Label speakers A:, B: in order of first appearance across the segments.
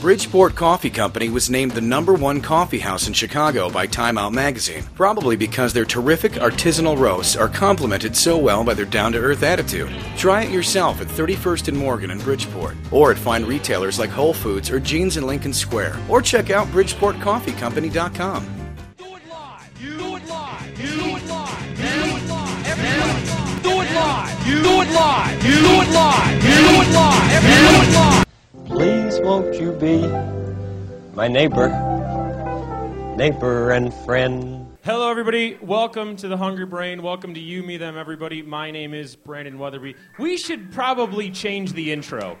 A: Bridgeport Coffee Company was named the number one coffee house in Chicago by Time Out magazine, probably because their terrific artisanal roasts are complemented so well by their down to earth attitude. Try it yourself at 31st and Morgan in Bridgeport, or at fine retailers like Whole Foods or Jeans in Lincoln Square, or check out BridgeportCoffeeCompany.com.
B: Do it live. You do it live. You do it live. You do it live. Everyone. Do it live. You do it live. You do it live. You do it live. Everyone. Do it live.
C: Please won't you be my neighbor, neighbor and friend?
D: Hello, everybody. Welcome to the Hungry Brain. Welcome to you, me, them, everybody. My name is Brandon Weatherby. We should probably change the intro.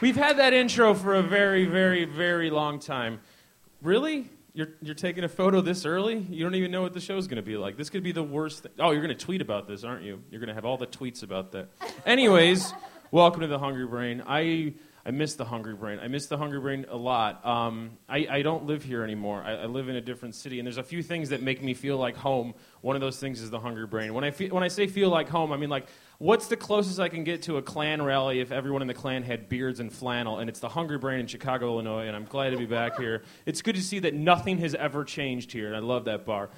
D: We've had that intro for a very, very, very long time. Really? You're, you're taking a photo this early? You don't even know what the show's going to be like. This could be the worst thing. Oh, you're going to tweet about this, aren't you? You're going to have all the tweets about that. Anyways, welcome to the Hungry Brain. I, I miss the Hungry Brain. I miss the Hungry Brain a lot. Um, I, I don't live here anymore. I, I live in a different city, and there's a few things that make me feel like home. One of those things is the Hungry Brain. When I, fe- when I say feel like home, I mean like, what's the closest I can get to a Klan rally if everyone in the Klan had beards and flannel? And it's the Hungry Brain in Chicago, Illinois, and I'm glad to be back here. It's good to see that nothing has ever changed here, and I love that bar.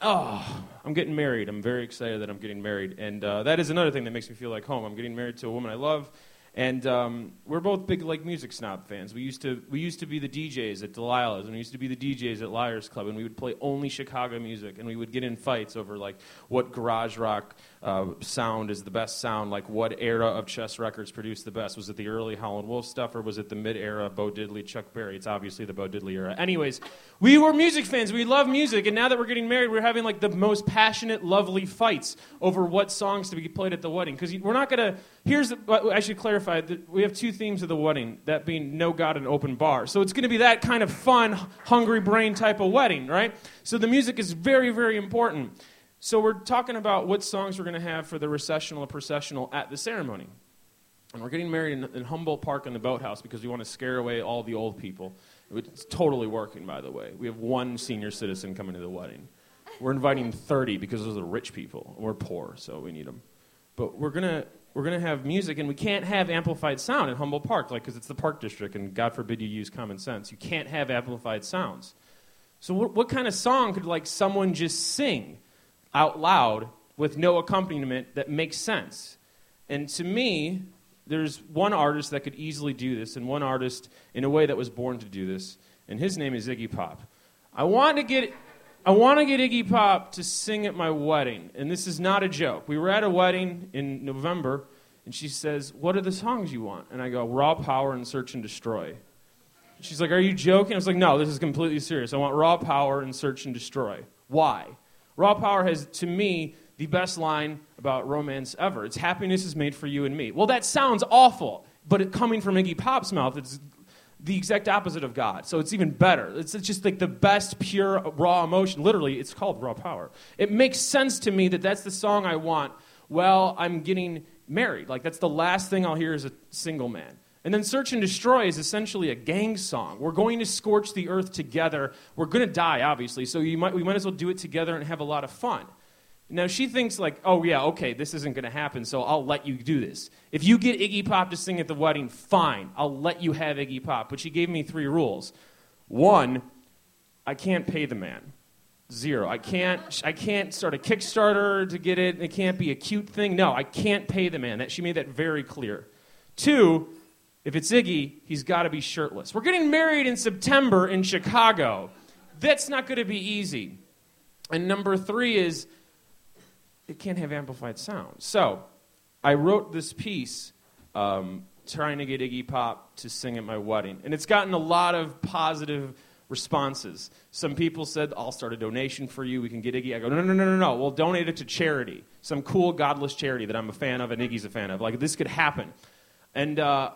D: Oh, I'm getting married. I'm very excited that I'm getting married. And uh, that is another thing that makes me feel like home. I'm getting married to a woman I love. And um, we're both big like music snob fans. We used to we used to be the DJs at Delilah's, and we used to be the DJs at Liars Club, and we would play only Chicago music, and we would get in fights over like what garage rock uh, sound is the best sound, like what era of Chess Records produced the best. Was it the early Howlin' Wolf stuff, or was it the mid era Bo Diddley, Chuck Berry? It's obviously the Bo Diddley era. Anyways, we were music fans. We love music, and now that we're getting married, we're having like the most passionate, lovely fights over what songs to be played at the wedding. Because we're not gonna. Here's the, but I should clarify that we have two themes of the wedding. That being no God and open bar. So it's gonna be that kind of fun, hungry brain type of wedding, right? So the music is very, very important. So we're talking about what songs we're gonna have for the recessional and processional at the ceremony. And we're getting married in, in Humboldt Park in the boathouse because we want to scare away all the old people. It's totally working, by the way. We have one senior citizen coming to the wedding. We're inviting 30 because those are the rich people. We're poor, so we need them. But we're going to we're gonna have music, and we can't have amplified sound in Humboldt Park, like, because it's the park district, and God forbid you use common sense. You can't have amplified sounds. So, what, what kind of song could, like, someone just sing out loud with no accompaniment that makes sense? And to me, there's one artist that could easily do this, and one artist in a way that was born to do this, and his name is Iggy Pop. I want to get, I want to get Iggy Pop to sing at my wedding, and this is not a joke. We were at a wedding in November, and she says, "What are the songs you want?" And I go, "Raw Power and Search and Destroy." She's like, Are you joking? I was like, No, this is completely serious. I want Raw Power and Search and Destroy. Why? Raw Power has, to me, the best line about romance ever. It's happiness is made for you and me. Well, that sounds awful, but it, coming from Iggy Pop's mouth, it's the exact opposite of God. So it's even better. It's, it's just like the best pure raw emotion. Literally, it's called Raw Power. It makes sense to me that that's the song I want while I'm getting married. Like, that's the last thing I'll hear as a single man. And then Search and Destroy is essentially a gang song. We're going to scorch the earth together. We're going to die, obviously, so you might, we might as well do it together and have a lot of fun. Now, she thinks, like, oh, yeah, okay, this isn't going to happen, so I'll let you do this. If you get Iggy Pop to sing at the wedding, fine, I'll let you have Iggy Pop. But she gave me three rules. One, I can't pay the man. Zero. I can't. I can't start a Kickstarter to get it. It can't be a cute thing. No, I can't pay the man. That she made that very clear. Two, if it's Iggy, he's got to be shirtless. We're getting married in September in Chicago. That's not going to be easy. And number three is it can't have amplified sound. So I wrote this piece um, trying to get Iggy Pop to sing at my wedding. And it's gotten a lot of positive responses. Some people said, I'll start a donation for you. We can get Iggy. I go, no, no, no, no, no. We'll donate it to charity, some cool, godless charity that I'm a fan of and Iggy's a fan of. Like, this could happen. And uh,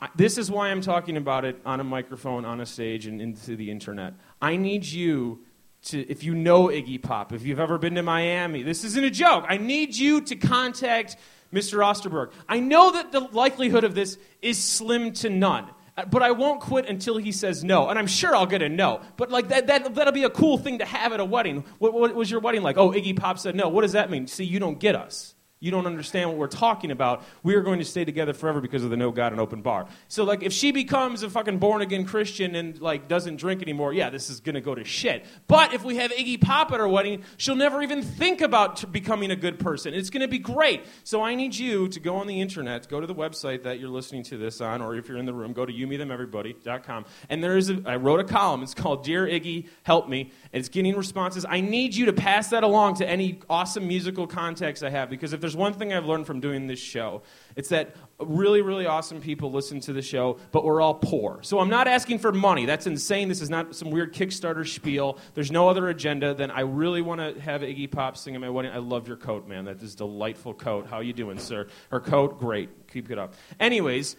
D: I- this is why I'm talking about it on a microphone, on a stage, and into the internet. I need you to, if you know Iggy Pop, if you've ever been to Miami, this isn't a joke. I need you to contact Mr. Osterberg. I know that the likelihood of this is slim to none. uh, But I won't quit until he says no, and I'm sure I'll get a no. But like that, that that'll be a cool thing to have at a wedding. What, what was your wedding like? Oh, Iggy Pop said no. What does that mean? See, you don't get us. You don't understand what we're talking about. We are going to stay together forever because of the no God and open bar. So like if she becomes a fucking born again Christian and like doesn't drink anymore, yeah, this is gonna go to shit. But if we have Iggy Pop at our wedding, she'll never even think about t- becoming a good person. It's gonna be great. So I need you to go on the internet, go to the website that you're listening to this on, or if you're in the room, go to youmethemeverybody.com. And there is a I wrote a column. It's called Dear Iggy, Help Me. And it's getting responses. I need you to pass that along to any awesome musical contacts I have because if there's one thing I've learned from doing this show, it's that really, really awesome people listen to the show, but we're all poor. So I'm not asking for money. That's insane. This is not some weird Kickstarter spiel. There's no other agenda than I really want to have Iggy Pop sing at my wedding. I love your coat, man. That is a delightful coat. How you doing, sir? Her coat, great. Keep it up. Anyways,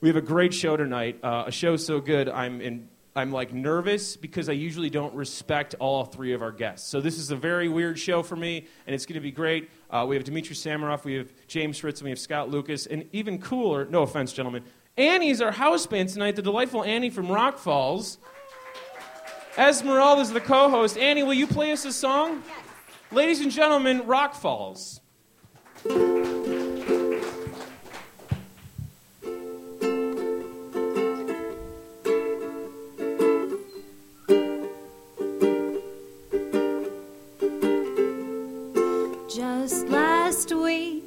D: we have a great show tonight. Uh, a show so good, I'm in. I'm like nervous because I usually don't respect all three of our guests. So this is a very weird show for me, and it's going to be great. Uh, we have Dmitry Samaroff, we have James Fritz, and we have Scott Lucas, and even cooler. No offense, gentlemen. Annie's our house band tonight. The delightful Annie from Rock Falls. Esmeralda's the co-host. Annie, will you play us a song? Ladies and gentlemen, Rock Falls.
E: Just last week,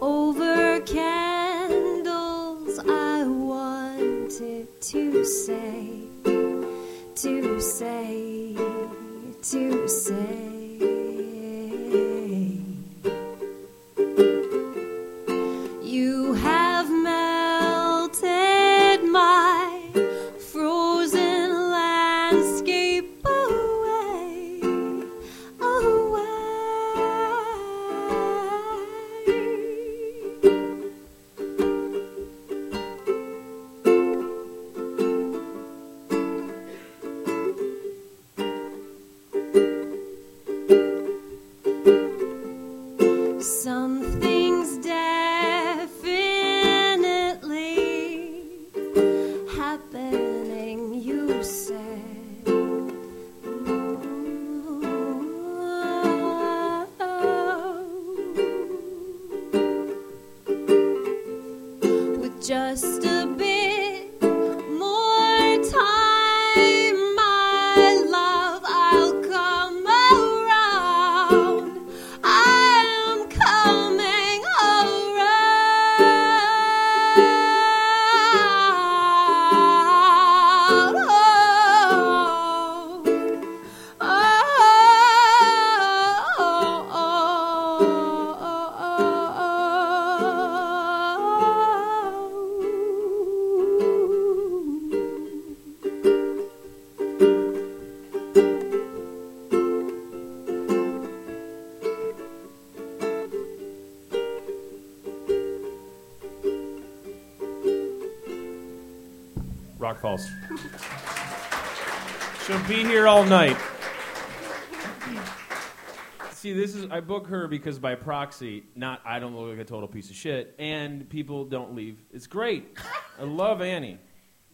E: over candles, I wanted to say, to say, to say. You have melted my frozen landscape away, away. Something's definitely happening, you said. With just a bit more time, my love, I'll come around. I'm coming around. Oh. Oh, oh, oh, oh, oh.
D: Rock Falls. She'll be here all night. See, this is I book her because by proxy, not I don't look like a total piece of shit, and people don't leave. It's great. I love Annie.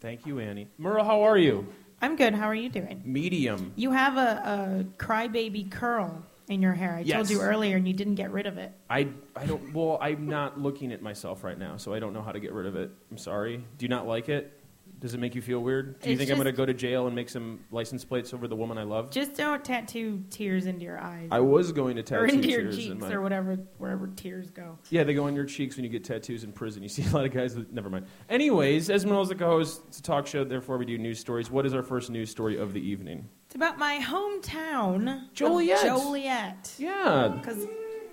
D: Thank you, Annie. Murrah, how are you?
F: I'm good. How are you doing?
D: Medium.
F: You have a, a crybaby curl in your hair. I
D: Yes.
F: told you earlier, and you didn't get rid of it.
D: I I don't well, I'm not looking at myself right now, so I don't know how to get rid of it. I'm sorry. Do you not like it? Does it make you feel weird? Do you
F: It's
D: think I'm
F: just-
D: gonna go to jail and make some license plates over the woman I love?
F: Just don't tattoo tears into your eyes
D: I was going to
F: or
D: tattoo
F: into your
D: tears in
F: cheeks
D: my
F: or whatever, wherever tears go.
D: Yeah, they go on your cheeks when you get tattoos in prison. You see a lot of guys that. Never mind. Anyways, Esmeralda's the co host. It's a talk show, therefore, we do news stories. What is our first news story of the evening?
F: It's about my hometown, of
D: Joliet.
F: Joliet.
D: Yeah.
F: 'Cause-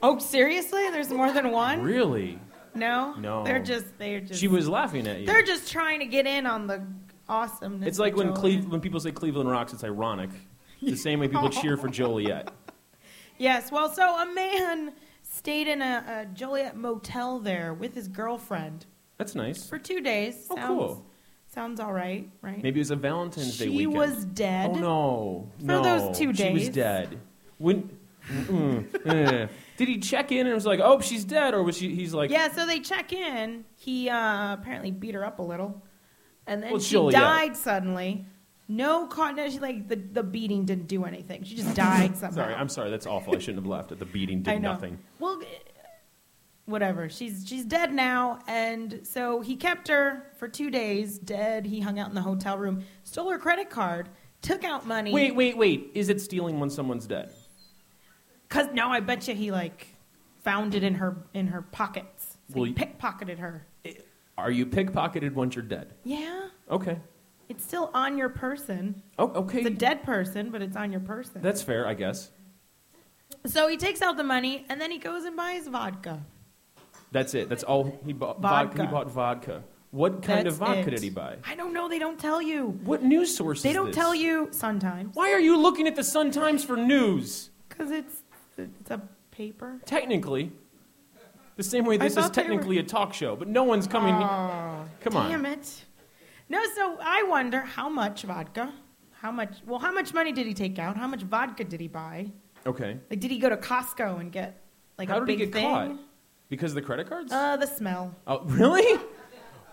F: oh, seriously? There's more than one?
D: Really?
F: No,
D: No.
F: They're just they're just
D: She was laughing at you.
F: they're just trying to get in on the awesomeness.
D: it's like
F: of
D: when,
F: Joliet.
D: Cleve- when people say Cleveland rocks, it's ironic. The same way people cheer for Joliet.
F: Yes. Well, so a man stayed in a, a Joliet motel there with his girlfriend
D: That's nice.
F: for two days.
D: Oh,
F: sounds,
D: cool.
F: Sounds all right, right?
D: Maybe it was a Valentine's Day
F: she
D: weekend.
F: was dead.
D: Oh, no.
F: For
D: no.
F: those two
D: She was
F: days.
D: dead. When. Mm, eh. Did he check in and was like, "Oh, she's dead," or was she? He's like,
F: Yeah. So they check in. He uh, apparently beat her up a little, and then
D: Well,
F: she
D: Joliet.
F: died suddenly. No, con- no she, like the, the beating didn't do anything. She just died somehow.
D: Sorry, I'm sorry. That's awful. I shouldn't have laughed at the beating.
F: I
D: Did
F: know.
D: nothing.
F: Well, whatever. She's she's dead now, and so he kept her for two days dead. He hung out in the hotel room, stole her credit card, took out money.
D: Wait, wait, wait. Is it stealing when someone's dead?
F: Cause no, I bet you he like found it in her in her pockets. So
D: Well,
F: he
D: you-
F: pickpocketed her.
D: Are you pickpocketed once you're dead?
F: Yeah,
D: Okay.
F: it's still on your person.
D: Oh, okay.
F: It's a dead person, but it's on your person.
D: That's fair, I guess.
F: so he takes out the money and then he goes and buys vodka.
D: That's it. That's all he bought.
F: Vodka.
D: He bought vodka. What kind
F: That's
D: of vodka
F: it.
D: did he buy?
F: I don't know. They don't tell you.
D: What news source is
F: They don't
D: this?
F: tell you sometimes
D: Why are you looking at the Sun Times for news?
F: because it's it's a paper.
D: Technically, the same way this is
F: thought they were- Oh,
D: technically a talk show, but no one's coming. Come on.
F: Damn it! No, so I wonder how much vodka, how much? Well, how much money did he take out? How much vodka did he buy?
D: Okay.
F: Like, did he go to Costco and get like
D: How
F: a
D: did
F: big
D: he get
F: thing?
D: caught? Because of the credit cards?
F: Uh, the smell.
D: oh, really?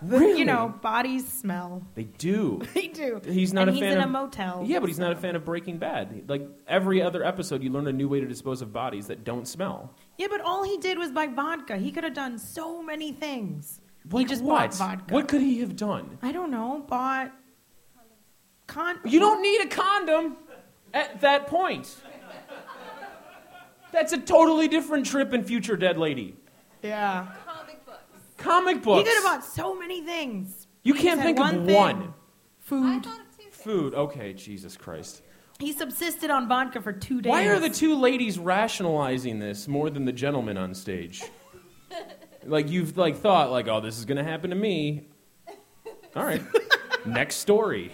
D: really?
F: You know, bodies smell.
D: They do.
F: They do.
D: He's not
F: and
D: a
F: he's
D: fan
F: in
D: of
F: a motel.
D: Yeah, but he's not a fan of Breaking Bad. Like every other episode, you learn a new way to dispose of bodies that don't smell.
F: Yeah, but all he did was buy vodka. He could have done so many things.
D: Like
F: just
D: what?
F: bought vodka.
D: What could he have done?
F: I don't know. Bought con.
D: You don't need a condom at that point. That's a totally different trip in Future Dead Lady.
F: Yeah.
D: Comic books.
F: He could have bought so many things.
D: you
F: He
D: can't
F: said
D: think
F: one
D: of
F: thing.
D: one.
E: I
F: Food.
E: thought of two things.
D: Food. Okay, Jesus Christ.
F: He subsisted on vodka for two days.
D: Why are the two ladies rationalizing this more than the gentleman on stage? like you've like thought like, oh, this is gonna happen to me. All right. Next story.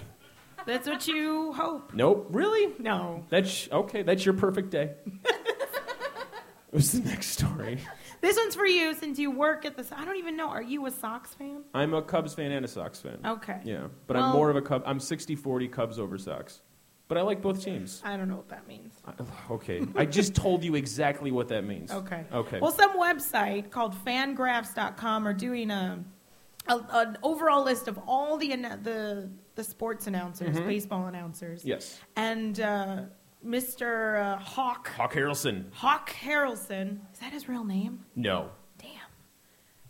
F: That's what you hope.
D: Nope. Really?
F: No.
D: That's okay. That's your perfect day. What's the next story?
F: This one's for you since you work at the. I don't even know. Are you a Sox fan?
D: I'm a Cubs fan and a Sox fan.
F: Okay.
D: Yeah, but I'm
F: Well-
D: more of a Cub. I'm 60-40 Cubs over Sox. But I like both teams.
F: I don't know what that means.
D: I- okay. I just told you exactly what that means.
F: Okay.
D: Okay.
F: Well, some website called fangraphs.com are doing a, a, an overall list of all the, anno- the, the sports announcers, baseball announcers.
D: yes.
F: And uh, Mr. Uh, Hawk,
D: Hawk Harrelson.
F: Hawk Harrelson, is that his real name?
D: No.
F: Damn.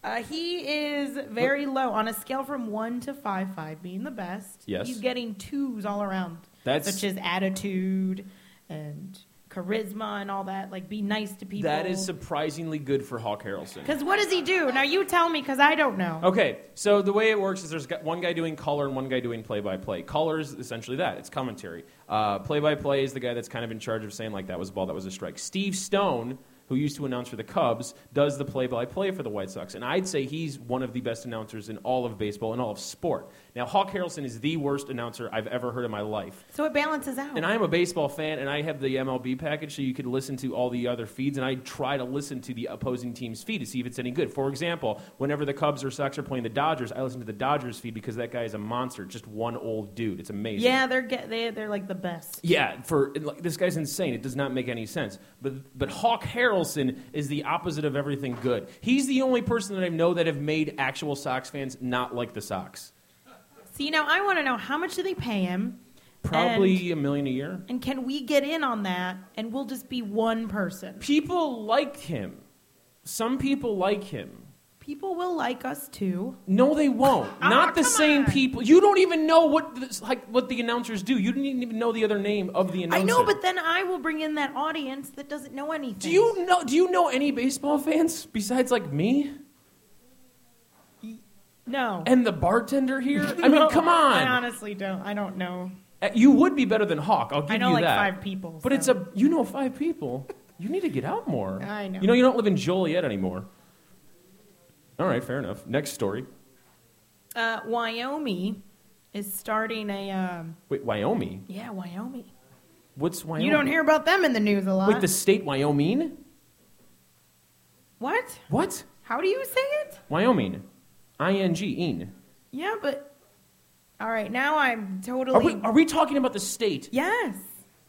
F: Uh, he is very low on a scale from one to five, five being the best.
D: Yes.
F: He's getting twos all around.
D: That's-
F: such as attitude and charisma and all that. Like be nice to people.
D: That is surprisingly good for Hawk Harrelson.
F: Because what does he do? Now you tell me, because I don't know.
D: Okay, so the way it works is there's got one guy doing color and one guy doing play by play. Color is essentially that it's commentary. Play by play is the guy that's kind of in charge of saying, like, that was a ball, that was a strike. Steve Stone, who used to announce for the Cubs, does the play by play for the White Sox. And I'd say he's one of the best announcers in all of baseball and all of sport. Now, Hawk Harrelson is the worst announcer I've ever heard in my life.
F: So it balances out.
D: And I am a baseball fan, and I have the MLB package, so you could listen to all the other feeds. And I try to listen to the opposing team's feed to see if it's any good. For example, whenever the Cubs or Sox are playing the Dodgers, I listen to the Dodgers feed because that guy is a monster, just one old dude. It's amazing.
F: yeah, they're get, they they're like the best.
D: Yeah, for and, like, this guy's insane. It does not make any sense. But but Hawk Harrelson is the opposite of everything good. He's the only person that I know that have made actual Sox fans not like the Sox.
F: See, now I want to know how much do they pay him,
D: Probably a million a year.
F: and can we get in on that? And we'll just be one person.
D: People like him. Some people like him.
F: People will like us too.
D: No, they won't.
F: Ah,
D: Not the
F: come
D: same
F: on.
D: people. You don't even know what the, like what the announcers do. You didn't even know the other name of the announcer.
F: I know, but then I will bring in that audience that doesn't know anything.
D: do you know? Do you know any baseball fans besides like me
F: No.
D: and the bartender here? I mean, come
F: I
D: on.
F: honestly don't. I don't know.
D: Uh, You would be better than Hawk. I'll give
F: I know
D: you
F: like
D: that.
F: five people.
D: But
F: so-
D: it's a you know five people. You need to get out more.
F: I know.
D: You know you don't live in Joliet anymore. All right, fair enough. Next story.
F: uh, Wyoming is starting a um,
D: Wait, Wyoming.
F: yeah Wyoming.
D: What's Wyoming?
F: You don't hear about them in the news a lot.
D: Wait, the state Wyoming?
F: what?
D: What?
F: How do you say it?
D: Wyoming. ING, in.
F: Yeah, but all right now I'm
D: Are
F: totally
D: we, are we talking about the state?
F: yes.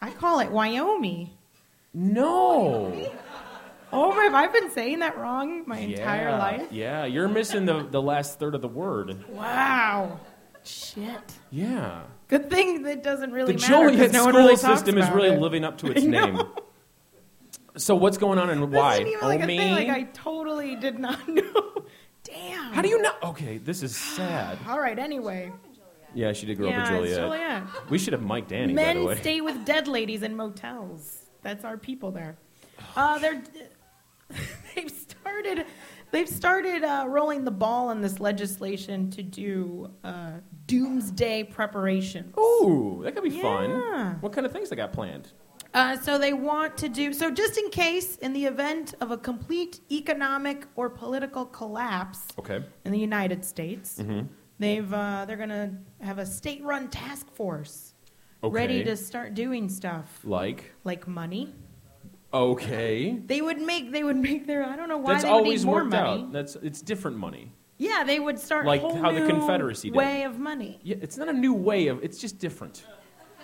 F: I call it Wyoming.
D: No.
F: Oh my! Have I been saying that wrong my entire
D: yeah.
F: life?
D: Yeah, you're missing the, the last third of the word.
F: Wow. Shit.
D: Yeah.
F: Good thing that doesn't really
D: The
F: matter. 'cause
D: Joliet
F: no one
D: school
F: really talks
D: system is
F: about
D: really
F: it.
D: living up to
F: I
D: its
F: know.
D: name. So what's going on and
F: This
D: why?
F: isn't even like a thing.
D: Omeen?
F: Like I totally totally did not know. Damn.
D: How do you know? Okay, this is sad.
F: All right. Anyway.
D: Yeah, she did grow
F: yeah,
D: up with Juliet.
F: It's Juliet.
D: We should have Mike Danny, by the
F: Men
D: way.
F: stay with dead ladies in motels. That's our people there.
D: Oh,
F: Uh, they're they've started they've started uh, rolling the ball on this legislation to do uh, doomsday preparation.
D: Ooh, that could be
F: Yeah.
D: fun. What kind of things they got planned?
F: Uh, so they want to do so just in case in the event of a complete economic or political collapse
D: Okay.
F: in the United States,
D: Mm-hmm.
F: they've uh, they're gonna have a state-run task force ready
D: Okay.
F: to start doing stuff
D: Like,
F: like money.
D: okay.
F: They would make they would make their I don't know why
D: That's
F: they would
D: always
F: need more
D: worked
F: money.
D: out. That's it's different money.
F: Yeah, they would start
D: Like
F: whole
D: how the
F: new
D: Confederacy did.
F: way of money.
D: Yeah, it's not a new way of. It's just different.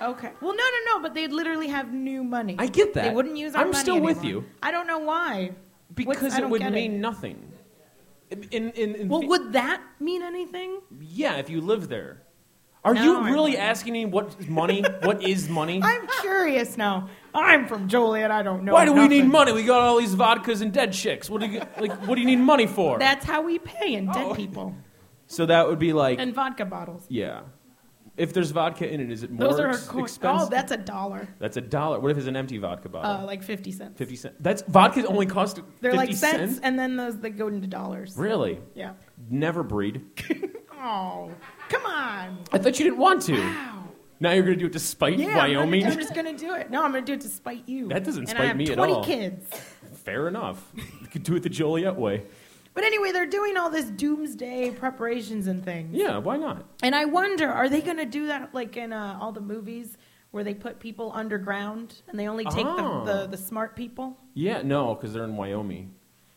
F: Okay. Well, no, no, no. But they'd literally have new money.
D: I get
F: They
D: that.
F: wouldn't use. Our
D: I'm
F: money
D: still with
F: anymore.
D: you.
F: I don't know why. What's-
D: Because
F: I
D: it
F: don't
D: would
F: get
D: mean nothing. In, in, in
F: Well,
D: the-
F: would that mean anything?
D: yeah, if you live there. Are
F: No,
D: you
F: I
D: really
F: wouldn't.
D: asking me what is money? what is money?
F: I'm curious now. I'm from Joliet. I don't know.
D: Why do we need
F: nothing.
D: money? We got all these vodkas and dead chicks. What do you like? What do you need money for?
F: That's how we pay in dead
D: Oh.
F: people
D: so that would be like,
F: and vodka bottles.
D: yeah. If there's vodka in it, is it more
F: Those are our
D: ex-
F: coin-
D: expensive?
F: Oh, that's a dollar.
D: That's a dollar. What if it's an empty vodka bottle?
F: Uh, like fifty cents.
D: Fifty cents. That's vodka only cost.
F: They're
D: 50
F: like cents,
D: cents?
F: and then those they go into dollars.
D: Really?
F: Yeah.
D: Never breed.
F: Oh, come on.
D: I thought you didn't want to.
F: Wow.
D: Now you're gonna do it despite
F: Yeah, I'm gonna-
D: Wyoming.
F: I'm, just gonna do it. No, I'm gonna do it to spite you.
D: That doesn't
F: and
D: spite
F: I have
D: me at
F: 20
D: all.
F: kids.
D: Fair enough. You could do it the Joliet way.
F: But anyway, they're doing all this doomsday preparations and things.
D: Yeah, why not?
F: And I wonder, are they gonna do that like in uh, all the movies where they put people underground and they only take
D: Oh.
F: the, the the smart people?
D: Yeah, no, because they're in Wyoming.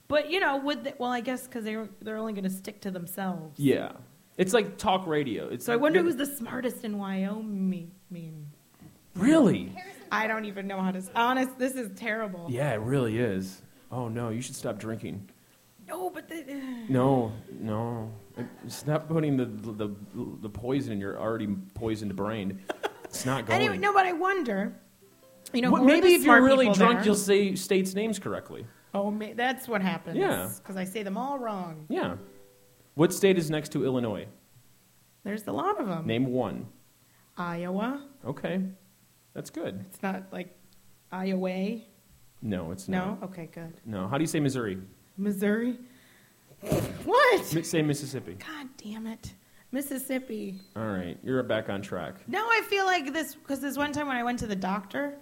F: But you know, would they, well, I guess because they they're only gonna stick to themselves.
D: Yeah, it's like talk radio. It's
F: So I
D: like-
F: wonder who's the smartest in Wyoming. Mean.
D: really.
F: I don't even know how to. s- Honest, this is terrible.
D: Yeah, it really is. Oh no, you should stop drinking.
F: No, but the, uh,
D: No, no, stop putting the the the poison in your already poisoned brain. It's not going.
F: Anyway, no, but I wonder. You know,
D: What-
F: who are
D: maybe
F: the
D: if you're
F: smart
D: really
F: people
D: drunk,
F: there?
D: you'll say states' names correctly.
F: Oh, ma- that's what happens.
D: Yeah.
F: because I say them all wrong.
D: Yeah. What state is next to Illinois?
F: There's a lot of them.
D: Name one.
F: Iowa.
D: Okay, that's good.
F: It's not like Iowa.
D: No, it's
F: No.
D: not.
F: Okay, good.
D: No. How do you say Missouri?
F: Missouri. what?
D: Mi- Say Mississippi.
F: God damn it, Mississippi.
D: All right, you're back on track.
F: Now I feel like this because this one time when I went to the doctor,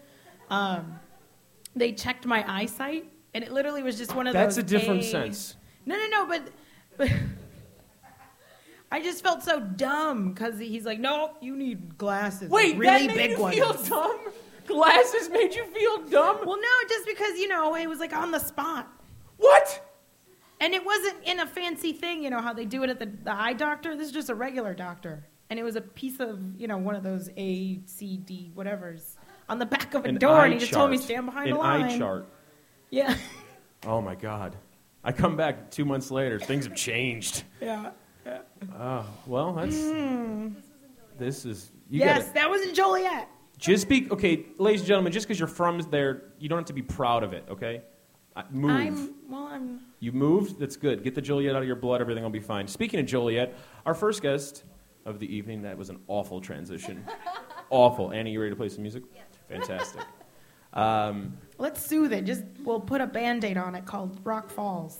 F: um, they checked my eyesight, and it literally was just one of
D: That's a
F: those.
D: different
F: days-
D: sense.
F: No, no, no, but, but I just felt so dumb because he's like, "No, you need glasses, like really big ones."
D: dumb. Glasses made you feel dumb.
F: well, no, just because you know it was like on the spot,
D: What?
F: and it wasn't in a fancy thing. You know how they do it at the, the eye doctor. This is just a regular doctor, and it was a piece of you know one of those A, C, D, whatever's on the back of a door, and he just told me stand behind
D: An
F: the line.
D: eye chart.
F: Yeah,
D: Oh my god. I come back two months later. Things have changed.
F: yeah.
D: Well, that's. This is. You
F: Hmm. yes,
D: gotta,
F: that was in Joliet.
D: just be okay, ladies and gentlemen. Just because you're from there, you don't have to be proud of it. Okay, I, move.
F: I'm well. I'm
D: You moved. That's good. Get the Joliet out of your blood. Everything will be fine. Speaking of Joliet, our first guest of the evening. That was an awful transition. awful. Annie, you ready to play some music? Fantastic. Um,
F: Let's soothe it. Just we'll put a band-aid on it called Rock Falls.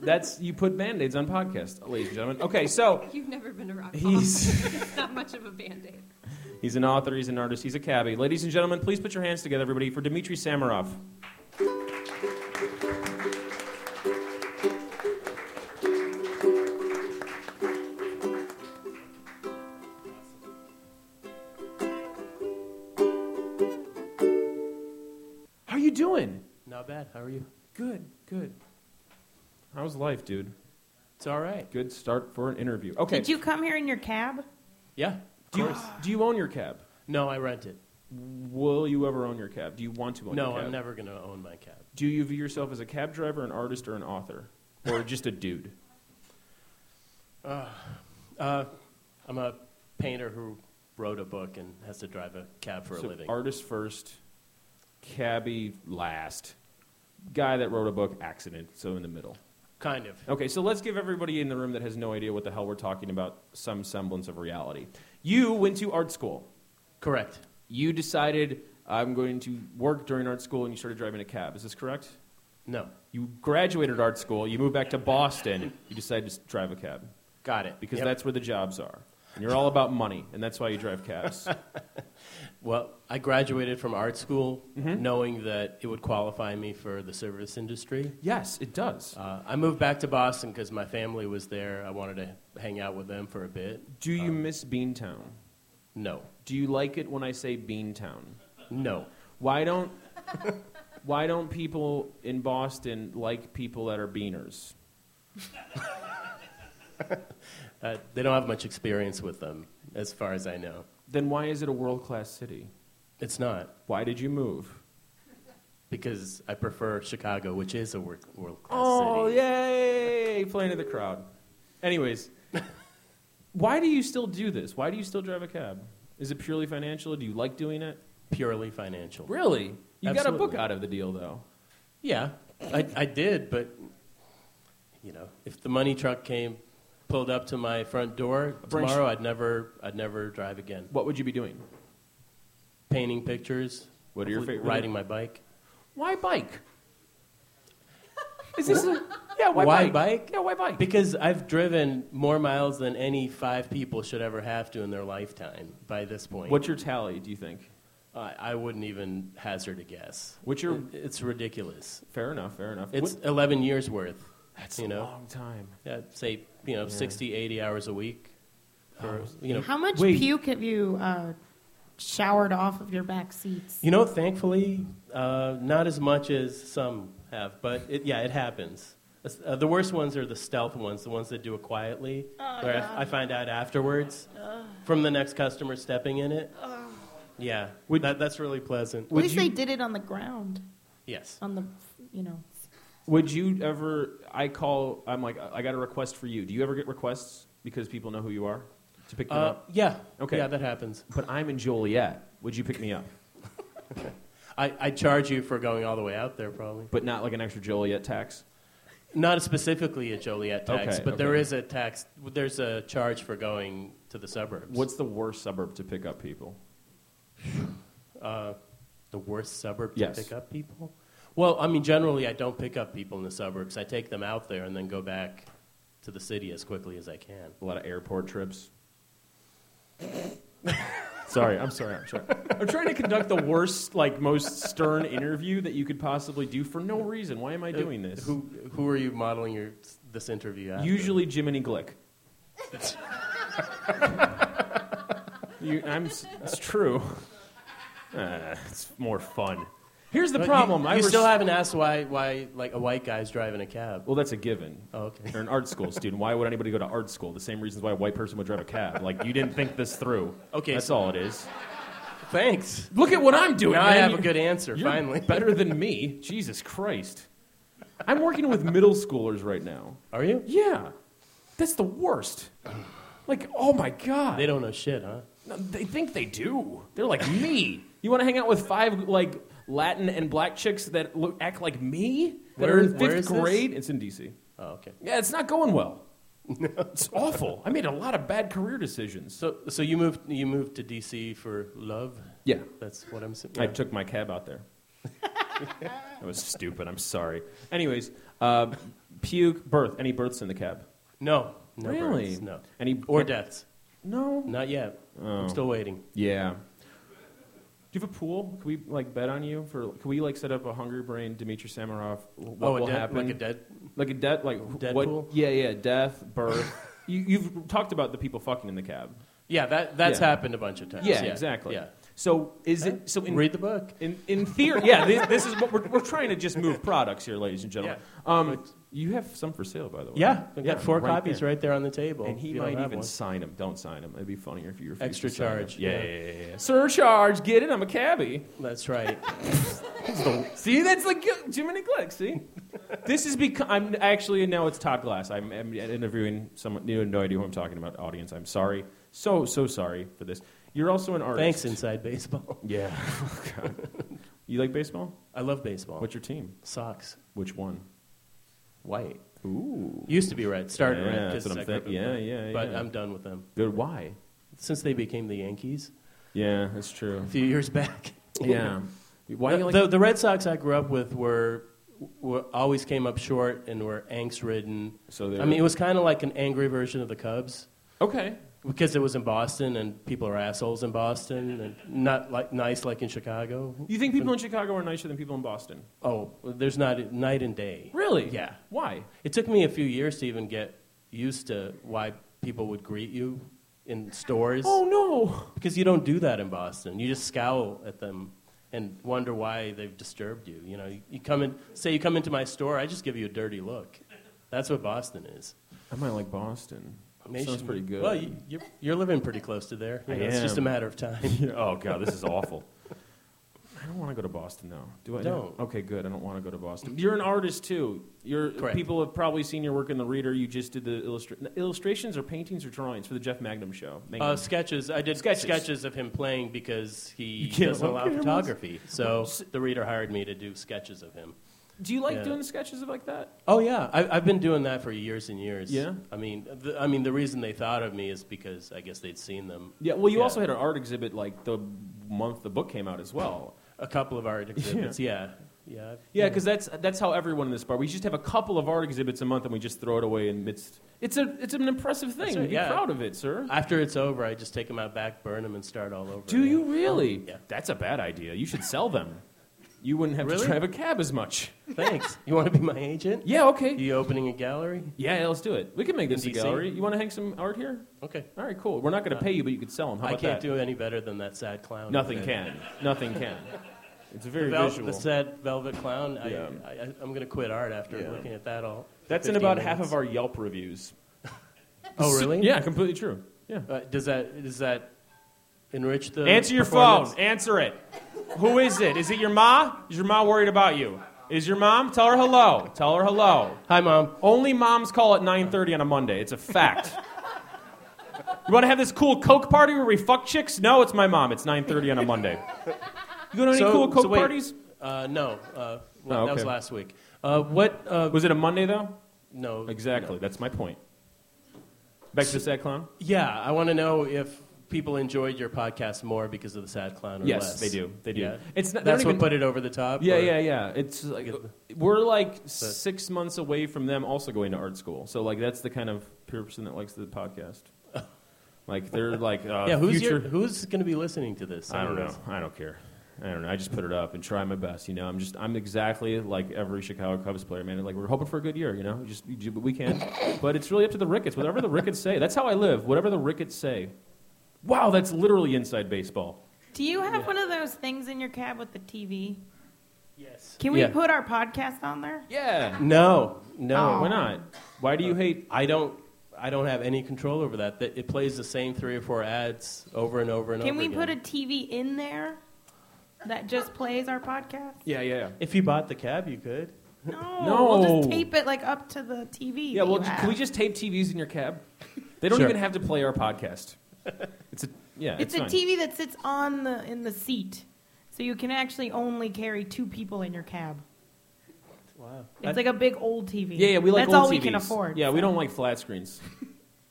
D: that's you put band-aids on podcasts, ladies and gentlemen. Okay, so
E: You've never been to rock
D: he's.
E: It's not much of a band aid.
D: He's an author, he's an artist, he's a cabbie. Ladies and gentlemen, please put your hands together, everybody, for Dmitry Samarov. How you doing?
G: Not bad. How are you?
D: Good, good. How's life, dude?
G: It's all right.
D: Good start for an interview. Okay.
F: Did you come here in your cab?
G: Yeah.
D: do, you, do you own your cab?
G: No, I rent it.
D: Will you ever own your cab? Do you want to own your
G: No,
D: cab?
G: I'm never gonna own my cab.
D: Do you view yourself as a cab driver, an artist, or an author? Or just a dude?
G: Uh, I'm a painter who wrote a book and has to drive a cab for a
D: So
G: living.
D: Artist first, cabbie last. guy that wrote a book accident, so in the middle.
G: Kind of.
D: Okay, so let's give everybody in the room that has no idea what the hell we're talking about some semblance of reality. You went to art school.
G: Correct.
D: You decided I'm going to work during art school, and you started driving a cab. Is this correct?
G: No.
D: You graduated art school. You moved back to Boston. You decided to s- drive a cab
G: Got it.
D: because
G: Yep.
D: that's where the jobs are. And you're all about money, and that's why you drive cabs.
G: Well, I graduated from art school
B: Mm-hmm.
G: knowing that it would qualify me for the service industry.
D: yes, it does.
G: Uh, I moved back to Boston because my family was there. I wanted to hang out with them for a bit.
D: Do you miss Beantown?
G: No.
D: Do you like it when I say Beantown?
G: No.
D: Why don't why don't people in Boston like people that are beaners?
G: Uh, they don't have much experience with them, as far as I know.
D: Then why is it a world class city?
G: It's not,
D: Why did you move?
G: because I prefer Chicago, which is a world class
D: Oh
G: city.
D: yay! Playing to the crowd. Anyways, why do you still do this? Why do you still drive a cab? Is it purely financial? Do you like doing it?
G: Purely financial.
D: Really? You got a book
G: Absolutely.
D: out of the deal though.
G: Yeah, I, I did, but, you know, if the money truck came, pulled up to my front door
D: Bring-
G: tomorrow, I'd never, I'd never drive again.
D: What would you be doing?
G: Painting pictures.
D: What are your
G: hopefully
D: favorite-
G: Riding my bike.
D: Why bike? Is this a, yeah, why,
G: Why
D: bike?
G: bike?
D: Yeah, why bike?
G: Because I've driven more miles than any five people should ever have to in their lifetime by this point.
D: What's your tally, do you think?
G: I, I wouldn't even hazard a guess.
D: What's your
G: It- it's ridiculous.
D: Fair enough, fair enough.
G: It's
D: What-
G: 11 years worth.
D: that's
G: you
D: a
G: know?
D: long time.
G: Yeah, say, you know, 60, 80 hours a week. For, you know,
F: How much
D: Oh. Wait.
F: puke have you uh, showered off of your back seats?
G: you know, thankfully, uh, not as much as some have, but it, yeah, it happens. Uh, the worst ones are the stealth ones, the ones that do it quietly,
F: Oh,
G: where I, I find out afterwards from the next customer stepping in it. Yeah, that, that's really pleasant.
F: At least they did it on the ground,
G: Yes.
F: on the, you know.
D: Would you ever? I call. I'm like, I got a request for you. Do you ever get requests because people know who you are to pick them
G: Uh,
D: up?
G: yeah.
D: Okay.
G: Yeah, that happens.
D: But I'm in Joliet. Would you pick me up?
G: I, I charge you for going all the way out there, probably.
D: But not like an extra Joliet tax.
G: Not specifically a Joliet tax,
D: Okay,
G: but there
D: okay.
G: is a tax. There's a charge for going to the suburbs.
D: What's the worst suburb to pick up people?
G: the worst suburb
D: Yes.
G: to pick up people? Well, I mean, generally, I don't pick up people in the suburbs. I take them out there and then go back to the city as quickly as I can.
D: A lot of airport trips. sorry, I'm sorry, I'm sorry. I'm trying to conduct the worst, like most stern interview that you could possibly do for no reason. Why am I doing this?
G: Who who are you modeling your this interview after?
D: Usually Jiminy Glick. you, I'm, s- it's true. Ah, it's more fun. Here's the
G: But
D: problem.
G: You,
D: I
G: you
D: res-
G: still haven't asked why why like a white guy's driving a cab.
D: Well, that's a given.
G: Oh, okay.
D: You're an art school student. Why would anybody go to art school? The same reasons why a white person would drive a cab. Like you didn't think this through.
G: Okay,
D: that's
G: so-
D: all it is.
G: Thanks.
D: Look at what I'm doing.
G: Now I
D: man.
G: have a
D: You're-
G: good answer.
D: You're
G: Finally.
D: better than me. Jesus Christ. I'm working with middle schoolers right now.
G: Are you?
D: Yeah, that's the worst. Like, oh my god.
G: They don't know shit, huh?
D: No, they think they do. They're like me. You want to hang out with five like Latin and black chicks that look, act like me that
G: Where-
D: are in fifth
G: where is this?
D: grade? It's in D.C.
G: Oh, okay.
D: Yeah, it's not going well. It's awful. I made a lot of bad career decisions.
G: So, so you moved you moved to DC for love?
D: Yeah,
G: That's what I'm saying.
D: I took my cab out there. that was stupid. I'm sorry. Anyways, uh, puke, birth. Any births in the cab?
G: no, no
D: Really? Oh.
G: births, no.
D: Any-
G: or deaths?
D: No.
G: Not yet. I'm still waiting.
D: Yeah. Do you have a pool? Can we like bet on you for? Can we like set up a Hungry Brain Dmitry Samarov? What
G: oh, a
D: will
G: dead,
D: happen?
G: like a dead.
D: Like a death, like wh-
G: Dead
D: what?
G: pool?
D: Yeah, yeah, death, birth. you, you've talked about the people fucking in the cab.
G: Yeah, that that's
D: Yeah.
G: happened a bunch of times.
D: Yeah, exactly.
G: Yeah.
D: So is it so in
G: Read the book.
D: in, in theory? yeah, this, this is what we're, we're trying to just move products here, ladies and gentlemen. Um, you have some for sale, by the way.
G: Yeah, I've
D: I've
G: got four copies right there on the table.
D: And he
G: if you don't
D: might
G: have
D: even
G: one.
D: sign them. Don't sign them. It'd be funnier if you refused.
G: Extra
D: to sign 'em.
G: charge,
D: Yeah,
G: yeah.
D: yeah, yeah, yeah. Surcharge. Get it? I'm a cabbie.
G: That's right.
D: See, that's like uh, Jiminy Glick. See, this is because I'm actually now it's Todd Glass. I'm, I'm interviewing someone. You have no idea who I'm talking about, audience. I'm sorry, so so sorry for this. You're also an artist.
G: Thanks, Inside Baseball.
D: Yeah. Oh, God. you like baseball?
G: I love baseball.
D: What's your team?
G: socks?
D: Which one?
G: White.
D: Ooh.
G: Used to be red. Started
D: Yeah,
G: red.
D: that's
G: 'cause
D: what I'm
G: I grew
D: think-
G: up in-
D: yeah, yeah,
G: But
D: yeah.
G: I'm done with them
D: Good. Why?
G: since they became the Yankees
D: Yeah, that's true.
G: a few years back.
D: Yeah. Why
G: the,
D: do you like
G: the, the Red Sox I grew up with were, were always came up short and were angst ridden.
D: So they
G: I
D: were-
G: mean, it was kind of like an angry version of the Cubs
D: Okay.
G: because it was in Boston and people are assholes in Boston and not like nice like in Chicago.
D: You think people in Chicago are nicer than people in Boston?
G: Oh, there's not night and day.
D: Really?
G: Yeah.
D: Why?
G: It took me a few years to even get used to why people would greet you in stores
D: Oh no.
G: because you don't do that in Boston. You just scowl at them and wonder why they've disturbed you. You know, you, you come in, say you come into my store, I just give you a dirty look. That's what Boston is.
D: I might like Boston.
G: Maybe
D: Sounds
G: you-
D: pretty good.
G: Well, you, you're, you're living pretty close to there. You
D: I
G: know, It's just a
D: am.
G: matter of time.
D: Yeah, oh god, this is awful. I don't want to go to Boston though. Do I?
G: Don't.
D: Okay, good. I don't want to go to Boston. You're an artist too. You're
G: Correct.
D: people have probably seen your work in the Reader. You just did the illustra- illustrations or paintings or drawings for the Jeff Magnum show. Magnum.
G: Uh, sketches. I did
D: Sketches.
G: sketches. of him playing because he
D: can't
G: doesn't
D: look
G: allow
D: at him.
G: photography. So the reader hired me to do sketches of him.
D: do you like
G: yeah.
D: doing sketches of like that?
G: Oh yeah, I, I've been doing that for years and years.
D: Yeah?
G: I mean, the, I mean, the reason they thought of me is because I guess they'd seen them.
D: Yeah. Well, you
G: Yeah.
D: also had an art exhibit like the month the book came out as well. Mm-hmm.
G: A couple of art exhibits. Yeah, yeah,
D: Yeah, because that's that's how everyone in this bar. We just have a couple of art exhibits a month, and we just throw it away in midst. It's a it's an impressive thing.
G: That's right,
D: Be
G: yeah.
D: proud of it, sir.
G: After it's over, I just take them out back, burn them, and start all over.
D: Do
G: yeah.
D: you really?
G: Yeah.
D: That's a bad idea. You should sell them. You wouldn't have to
G: Really?
D: drive a cab as much.
G: Thanks. You want to be my agent?
D: Yeah, okay.
G: You opening a gallery?
D: Yeah, yeah, let's do it. We can make this a
G: DC?
D: gallery. You want to hang some art here?
G: Okay.
D: All right, cool. We're not going to pay you, but you could sell them. How
G: I
D: about
G: can't
D: that?
G: do any better than that sad clown.
D: Nothing
G: that-
D: can. Nothing can. It's very
G: Vel-
D: visual.
G: the sad velvet clown. I,
D: Yeah.
G: I, I, I'm going to quit art after
D: Yeah.
G: looking at that all.
D: That's in
G: 15
D: about half
G: minutes.
D: of our Yelp reviews.
G: Oh really?
D: Yeah, completely true. Yeah.
G: Uh, does that does that enrich the?
D: Answer your
G: performance?
D: phone. Answer it. Who is it? Is it your ma? Is your ma worried about you? Is your mom? Tell her hello. Tell her hello.
G: Hi mom.
D: Only moms call at 9:30 on a Monday. It's a fact. you want to have this cool Coke party where we fuck chicks? No, it's my mom. It's 9:30 on a Monday. You go to any cool Coke
G: wait.
D: parties?
G: Uh, no, uh, well,
D: Oh,
G: that was
D: okay.
G: last week. Uh, what? Uh,
D: Was it a Monday though?
G: no.
D: Exactly. That's my point. Back to the sad clown.
G: Yeah, I want to know if people enjoyed your podcast more because of the sad clown or
D: Yes,
G: less.
D: they do. They do.
G: Yeah.
D: It's not, they
G: That's
D: don't
G: what
D: even-
G: put it over the top.
D: Yeah,
G: or-
D: yeah, yeah. It's like
G: Get
D: we're like six months away from them also going to art school. So like that's the kind of person that likes the podcast. like they're like uh,
G: Yeah, who's
D: future.
G: your, who's going to be listening to this?
D: I don't know.
G: Anyways.
D: I don't care. I don't know. I just put it up and try my best. You know, I'm just I'm exactly like every Chicago Cubs player, man. Like we're hoping for a good year. You know, just we do what we can. but it's really up to the Ricketts. Whatever the Ricketts say, that's how I live. Whatever the Ricketts say. Wow, that's literally inside baseball.
F: Do you have one of those things in your cab with the TV?
G: Yes.
F: Can we
G: Yeah.
F: put our podcast on there?
D: Yeah.
G: No, no.
F: Oh.
G: Uh,
D: Why not? Why do you hate?
G: I don't. I don't have any control over that. That it plays the same three or four ads over and over and
F: Can
G: over.
F: we
G: again.
F: put a TV in there that just plays our podcast?
D: Yeah, yeah, yeah.
G: If you bought the cab, you could.
F: No,
D: No.
F: we'll just tape it like up to the TV. that
D: Yeah,
F: you
D: well, ju-
F: have.
D: can we just tape TVs in your cab? They don't
G: Sure.
D: even have to play our podcast. It's a yeah.
F: It's,
D: It's,
F: a
D: fine.
F: TV that sits on the in the seat, so you can actually only carry two people in your cab.
G: Wow.
F: It's like a big old TV.
D: Yeah, yeah. We like
F: that's
D: old
F: all we can
D: TVs.
F: afford.
D: Yeah,
F: so.
D: we don't like flat screens.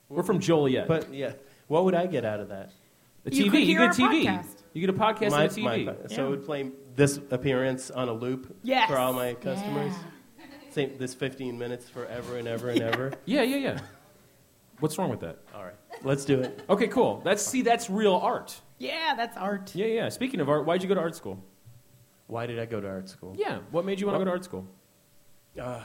D: We're from Joliet.
G: But yeah, what would I get out of that?
D: the TV,
F: you could hear
D: get
F: our
D: a TV.
F: podcast.
D: You get a podcast
G: My-
D: and a TV.
G: my- so it would play this appearance on a loop
F: Yes.
G: for all my customers. Same, this 15 minutes forever and ever and ever.
D: yeah, yeah, yeah. What's wrong with that?
G: All right, let's do it.
D: Okay, cool. That's see, that's real art.
F: Yeah, that's art.
D: Yeah, yeah. Speaking of art, why'd you go to art school?
G: Why did I go to art school?
D: Yeah, what made you want to
G: Well-
D: go to art school?
E: Girl.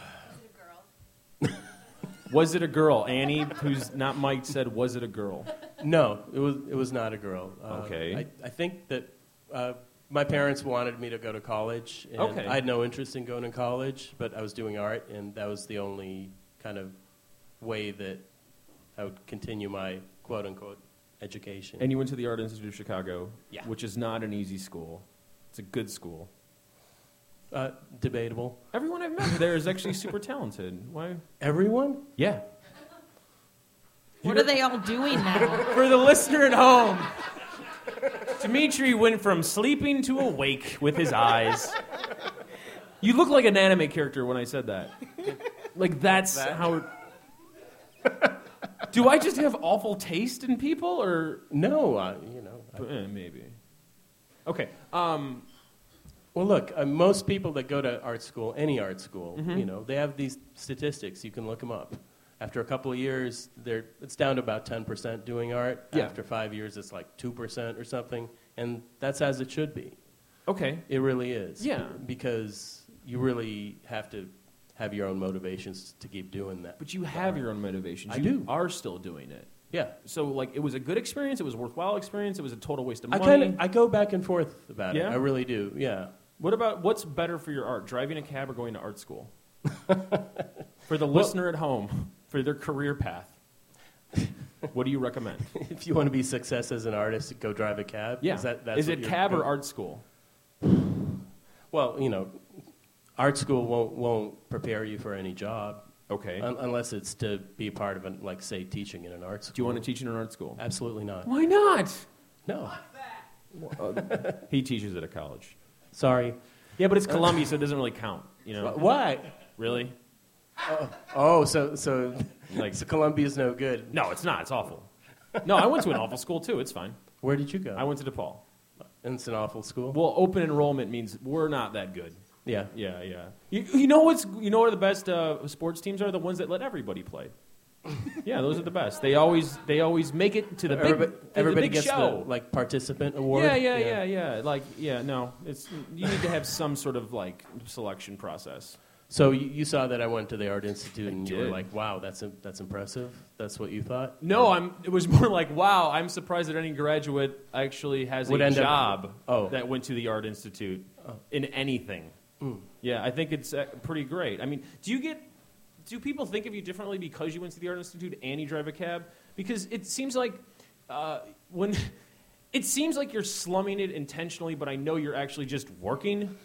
D: Was it a girl? Annie, who's not Mike, said, "Was it a girl?"
G: No, it was it was not a girl. Uh,
D: Okay.
G: I, I think that uh, my parents wanted me to go to college, and
D: Okay.
G: I had no interest in going to college, but I was doing art, and that was the only kind of way that I would continue my quote unquote education.
D: And you went to the Art Institute of Chicago,
G: Yeah.
D: which is not an easy school. It's a good school.
G: uh, debatable.
D: Everyone I've met there is actually super talented. Why?
G: Everyone?
D: Yeah.
F: What are they all doing now?
D: For the listener at home, Dimitri went from sleeping to awake with his eyes. You look like an anime character when I said that. Like that's how. Do I just have awful taste in people, or
G: No, I, you know. I-
D: Eh, maybe? Okay. Um,
G: well, look, uh, most people that go to art school, any art school,
D: Mm-hmm.
G: you know, they have these statistics. You can look them up. After a couple of years, they're, it's down to about 10% doing art.
D: Yeah.
G: After five years, it's like 2% or something. And that's as it should be.
D: okay.
G: It really is.
D: Yeah.
G: Because you really have to have your own motivations to keep doing that.
D: But you have your own motivations.
G: I
D: you
G: do.
D: Are still doing it.
G: Yeah.
D: So like, it was a good experience. It was a worthwhile experience. It was a total waste of
G: I
D: money.
G: kind of I go back and forth about
D: Yeah?
G: it. I really do. Yeah.
D: What about what's better for your art, driving a cab or going to art school? for the listener at home, for their career path, what do you recommend?
G: if you want to be success as an artist, go drive a cab.
D: Yeah,
G: Is, that, that's
D: is
G: what
D: it
G: you're-
D: cab or art school?
G: Well, you know, art school won't won't prepare you for any job
D: Okay.
G: un- unless it's to be part of an like say teaching in an art school.
D: do you want to teach in an art school?
G: Absolutely not.
D: Why not?
G: No.
D: He teaches at a college.
G: Sorry.
D: Yeah, but it's Columbia, so it doesn't really count. You know,
G: Wh- Why?
D: really?
G: Oh, so so
D: Like-
G: like so Columbia's no good.
D: No, it's not. It's awful. No, I went to an awful school too. It's fine.
G: Where did you go?
D: I went to DePaul.
G: And it's an awful school.
D: Well, open enrollment means we're not that good.
G: yeah.
D: Yeah, yeah. You, you know what's you know what the best uh, sports teams are? The ones that let everybody play. yeah, those are the best. They always they always make it to the big
G: everybody
D: to the
G: everybody
D: big
G: gets
D: show.
G: the like participant award.
D: yeah, yeah, yeah, yeah, Like yeah, no, it's you need to have some sort of like selection process.
G: So you, you saw that I went to the art institute, and you were
D: did.
G: like, "Wow, that's im- that's impressive." That's what you thought.
D: No, I'm. It was more like, wow, I'm surprised that any graduate actually has
G: Would
D: a
G: end up-
D: job
G: Oh.
D: that went to the art institute in anything.
G: Hmm.
D: Yeah, I think it's uh, pretty great. I mean, do you get? Do people think of you differently because you went to the art institute and you drive a cab? Because it seems like uh, when it seems like you're slumming it intentionally, but I know you're actually just working.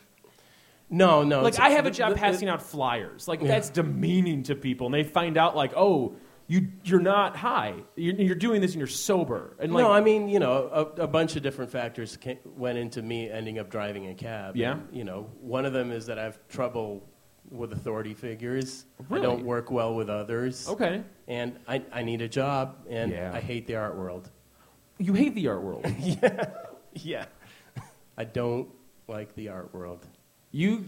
G: No, no.
D: Like
G: it's-
D: I have a job
G: the- the-
D: passing out flyers. Like that's demeaning to people, and they find out like, oh, you you're not high. You're, you're doing this, and you're sober. And like,
G: no, I mean, you know, a, a bunch of different factors ca went into me ending up driving a cab.
D: Yeah.
G: And, you know, one of them is that I have trouble with authority figures.
D: Really?
G: I don't work well with others.
D: okay,
G: And I, I need a job, and
D: Yeah.
G: I hate the art world.
D: you hate the art world.
G: Yeah. I don't like the art world.
D: you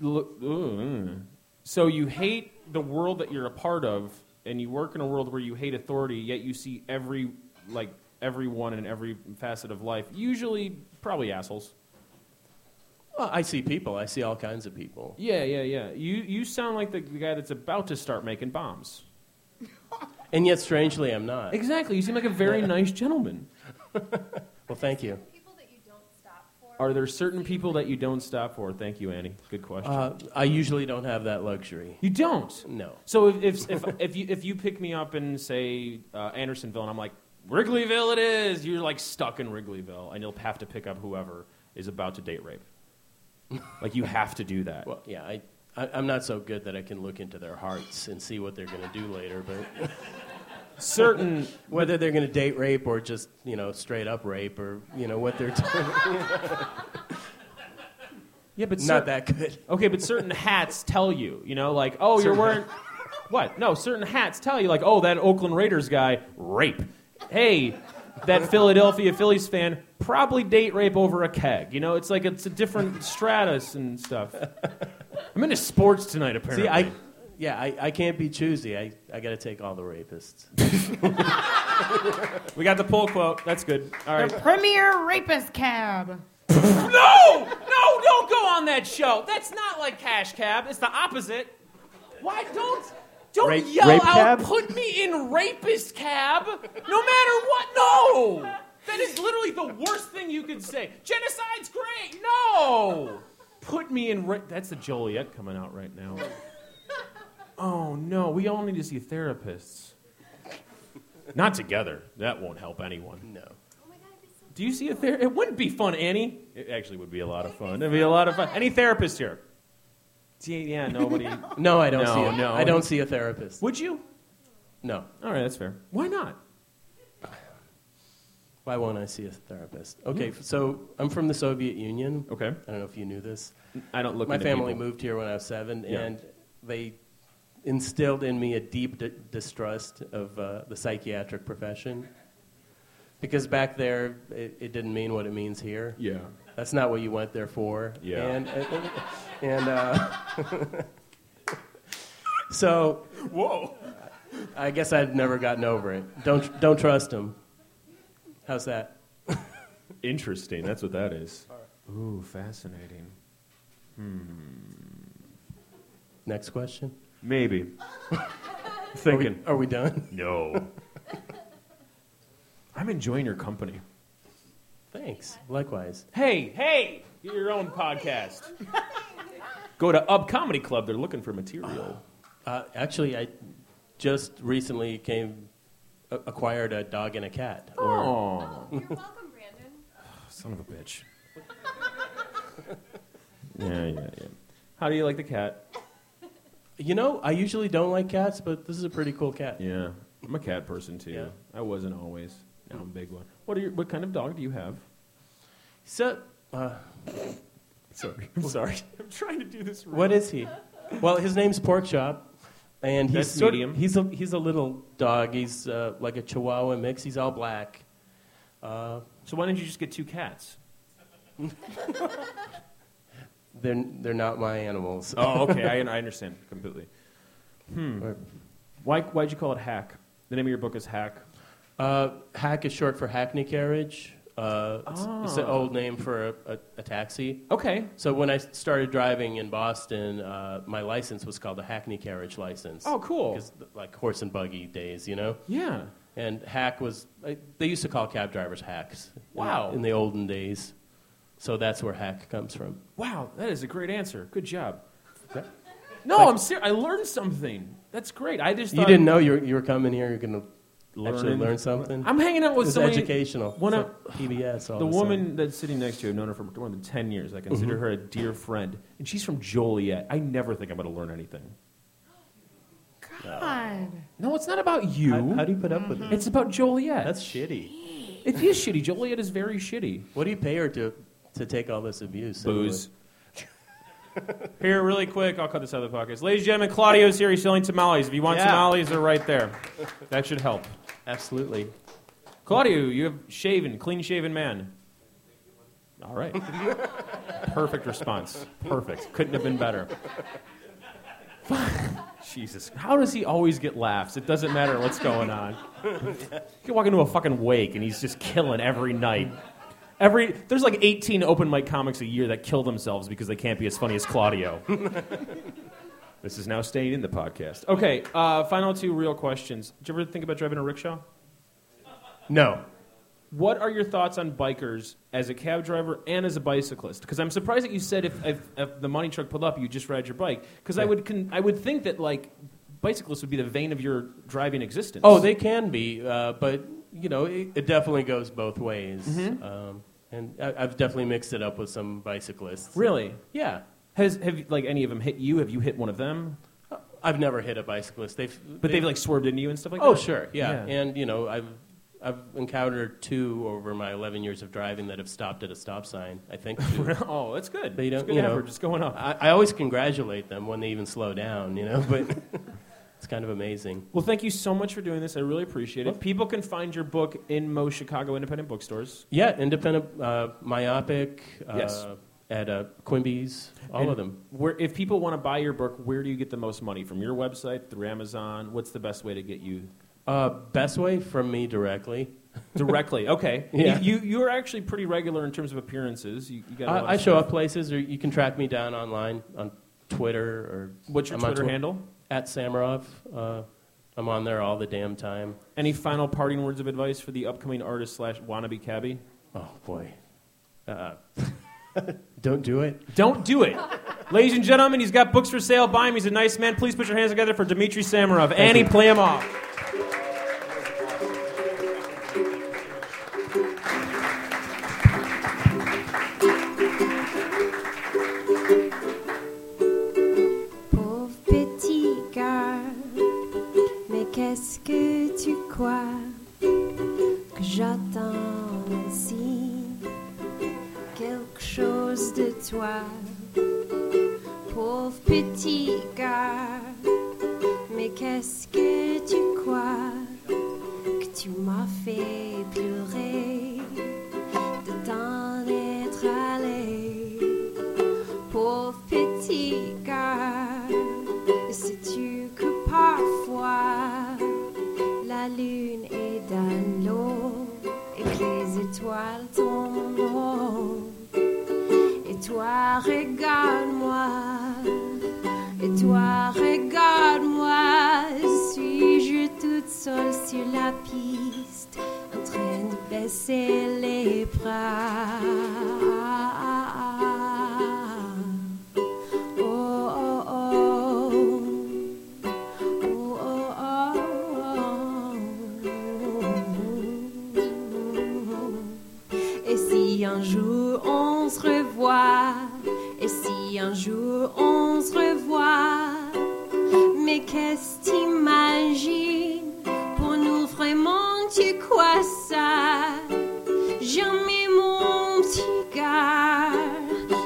D: look. mm. So you hate the world that you're a part of, and you work in a world where you hate authority. Yet you see every like everyone in every facet of life. Usually, probably assholes.
G: Well, I see people. I see all kinds of people.
D: Yeah, yeah, yeah. You you sound like the, the guy that's about to start making bombs.
G: And yet, strangely, I'm not.
D: Exactly. You seem like a very nice gentleman.
G: Well, thank you.
E: People that you don't stop for.
D: Are there certain people that you don't stop for? Thank you, Annie. Good question.
G: Uh, I usually don't have that luxury.
D: you don't.
G: No.
D: So if if if, if you if you pick me up in say uh, Andersonville and I'm like Wrigleyville, it is. You're like stuck in Wrigleyville, and you'll have to pick up whoever is about to date rape. Like you have to do that.
G: Well, yeah, I, I, I'm not so good that I can look into their hearts and see what they're going to do later. But
D: Certain.
G: whether they're going to date rape or just, you know, straight up rape or, you know, what they're doing,
D: Yeah, but
G: not that good.
D: Okay, but certain hats tell you, you know, like, oh, you're wearing. What? No, certain hats tell you, like, oh, that Oakland Raiders guy, rape. Hey, that Philadelphia Phillies fan, probably date rape over a keg. You know, it's like it's a different stratus and stuff. I'm into sports tonight, apparently.
G: See, I, yeah, I, I can't be choosy. I, I got to take all the rapists.
D: we got the pull quote. That's good. All right.
F: The premier rapist cab.
D: No! No, don't go on that show. That's not like Cash Cab. It's the opposite. Why don't don't
G: Rape-
D: yell
G: rape
D: out
G: cab?
D: put me in rapist cab no matter what no that is literally the worst thing you could say genocide's great no put me in ra- that's the joliet coming out right now oh no we all need to see therapists not together that won't help anyone
G: No.
E: Oh my God, it's so
D: do you see a therapist? It wouldn't be fun, Annie. It actually would be a lot of fun. It'd be a lot of fun. Any therapist here? See, yeah, nobody.
G: No, I don't
D: No,
G: see. A,
D: no.
G: I don't see a therapist.
D: would you?
G: No.
D: All right, that's fair. Why not?
G: Why won't I see a therapist? Okay, f- so I'm from the Soviet Union.
D: Okay.
G: I don't know if you knew this.
D: I don't look.
G: My
D: into
G: family
D: people.
G: moved here when I was seven,
D: Yeah.
G: and they instilled in me a deep d- distrust of uh, the psychiatric profession. Because back there, it, it didn't mean what it means here.
D: Yeah.
G: That's not what you went there for.
D: Yeah.
G: And, and, and, uh, so. Whoa. I guess I'd never gotten over it. Don't, don't trust him. How's that?
H: Interesting. That's what that is. Ooh, fascinating.
G: Next question.
H: Maybe.
G: Are we,
H: Thinking.
G: are we done?
H: No. I'm enjoying your company.
G: Thanks. Likewise.
D: Hey, hey, get your own podcast. Go to Up Comedy Club. They're looking for material.
G: Uh, actually, I just recently came a- acquired a dog and a cat. Or,
H: Oh,
E: You're welcome, Brandon.
H: son of a bitch. yeah, yeah, yeah. How do you like the cat?
G: you know, I usually don't like cats, but this is a pretty cool cat.
H: Yeah, I'm a cat person too.
G: Yeah.
H: I wasn't always. Now I'm a big one. What are your, What kind of dog do you have?
G: So, uh,
H: Sorry.
G: I'm sorry.
H: I'm trying to do this.
G: What is he? Well, his name's Porkchop, and he's
H: That's
G: sort
H: medium.
G: Of, he's a he's a little dog. He's uh, like a Chihuahua mix. He's all black. Uh,
H: So why didn't you just get two cats?
G: they're they're not my animals.
H: Oh, okay. I, I understand completely. Hmm. Why Why'd you call it Hack? The name of your book is Hack.
G: Uh, hack is short for hackney carriage. Uh, it's, it's an
H: Ah.
G: old name for a, a, a taxi.
H: Okay.
G: So when I started driving in Boston, uh, my license was called a hackney carriage license.
H: Oh, cool.
G: 'Cause, like horse and buggy days, you know.
H: Yeah.
G: And hack was, I- they used to call cab drivers hacks. in-
H: Wow.
G: In, the olden days. So that's where hack comes from.
H: Wow, that is a great answer. Good job.
G: That-
H: No,
G: Like-
H: I'm serious. I learned something. That's great. I just
G: You
H: thought-
G: didn't know you were, you were coming here, you're going to actually
H: Learning.
G: learn something?
H: I'm hanging out
G: it
H: with
G: was
H: somebody.
G: educational.
H: One
G: It's
H: of-
G: like PBS. All
H: The Mm-hmm.
G: of a sudden.
H: woman that's sitting next to you, I've known her for more than 10 years. I consider her a dear friend. And she's from Joliet. I never think I'm going to learn anything.
F: God.
H: No, it's not about you.
G: How, how do you put up with it?
H: it's about Joliet.
G: Mm-hmm. That's shitty.
H: it is shitty. Joliet is very shitty.
G: What do you pay her to, to take all this abuse?
H: Booze.
D: Here, really quick, I'll cut this out of the podcast. Ladies and gentlemen, Claudio's here. He's selling tamales. If you want
G: Yeah.
D: tamales, they're right there. That should help.
G: anyway? Absolutely.
D: Claudio, you have shaven, clean shaven man.
H: All right.
D: Perfect response.
H: Perfect. Couldn't have been better. Jesus. How does he always get laughs? It doesn't matter what's going on. You can walk into a fucking wake and he's just killing every night. Every there's like 18 open mic comics a year that kill themselves because they can't be as funny as Claudio. this is now staying in the podcast.
D: Okay, uh, final two real questions. Did you ever think about driving a rickshaw?
G: No.
D: What are your thoughts on bikers as a cab driver and as a bicyclist? Because I'm surprised that you said if, if, if the money truck pulled up, you just ride your bike. Because I would con- I would think that like bicyclists would be the vein of your driving existence.
G: Oh, they can be, uh, but you know, it, it definitely goes both ways. Um, and I, I've definitely mixed it up with some bicyclists.
D: really
G: Yeah.
D: has have like any of them hit you? Have you hit one of them?
G: I've never hit a bicyclist. They've,
D: But they've like swerved into you and stuff like
G: oh
D: that.
G: sure, yeah.
D: Yeah.
G: And you know, I've I've encountered two over my 11 years of driving that have stopped at a stop sign. I think. two.
D: oh, that's good.
G: They don't-
D: it's good
G: you know.
D: average. It's going up.
G: I, I always congratulate them when they even slow down, you know. But it's kind of amazing.
D: Well, thank you so much for doing this. I really appreciate it. People can find your book in most Chicago independent bookstores.
G: Yeah, independent, uh, myopic. Uh,
D: Yes.
G: At uh, Quimby's, all
D: And
G: of them.
D: Where, if people want to buy your book, where do you get the most money? From your website, through Amazon? What's the best way to get you
G: Uh, best way from me directly.
D: directly? Okay.
G: Yeah.
D: You, you you are actually pretty regular in terms of appearances. You, you got. a lot of
G: I, I show
D: stuff.
G: up places, or you can track me down online on Twitter or.
D: What's your
G: I'm on
D: Twitter
G: Twi-
D: handle?
G: At Samarov. Uh, I'm on there all the damn time.
D: Any final parting words of advice for the upcoming artist slash wannabe cabbie?
G: Oh boy. Uh, don't do it.
D: Don't do it. Ladies and gentlemen, he's got books for sale. Buy him. He's a nice man. Please put your hands together for Dmitry Samarov. Annie, play him off.
I: Pauvre petit gars, mais qu'est-ce que tu crois que j'attends cause de toi, pauvre petit gars. Mais qu'est-ce que tu crois que tu m'as fait pleurer de t'en être allé, pauvre petit gars. Et Sais-tu que parfois la lune est dans l'eau et que les étoiles tombent haut. Et toi, regarde-moi. Et toi, regarde-moi, suis-je toute seule sur la piste, en train de baisser les bras. Oh, oh, oh. Oh, oh, oh. Et si un jour on se revoit, et si un jour on se revoit, mais qu'est-ce t'imagines pour nous vraiment tu crois ça? Jamais mon petit gars,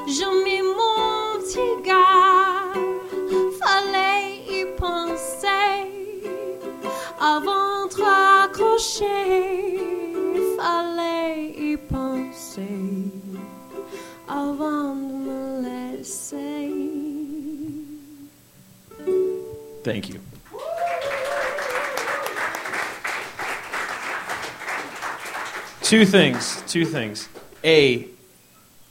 I: jamais mon petit gars, fallait y penser avant de raccrocher, fallait y penser avant de me laisser.
H: Thank you.
D: Two things. Two things. A.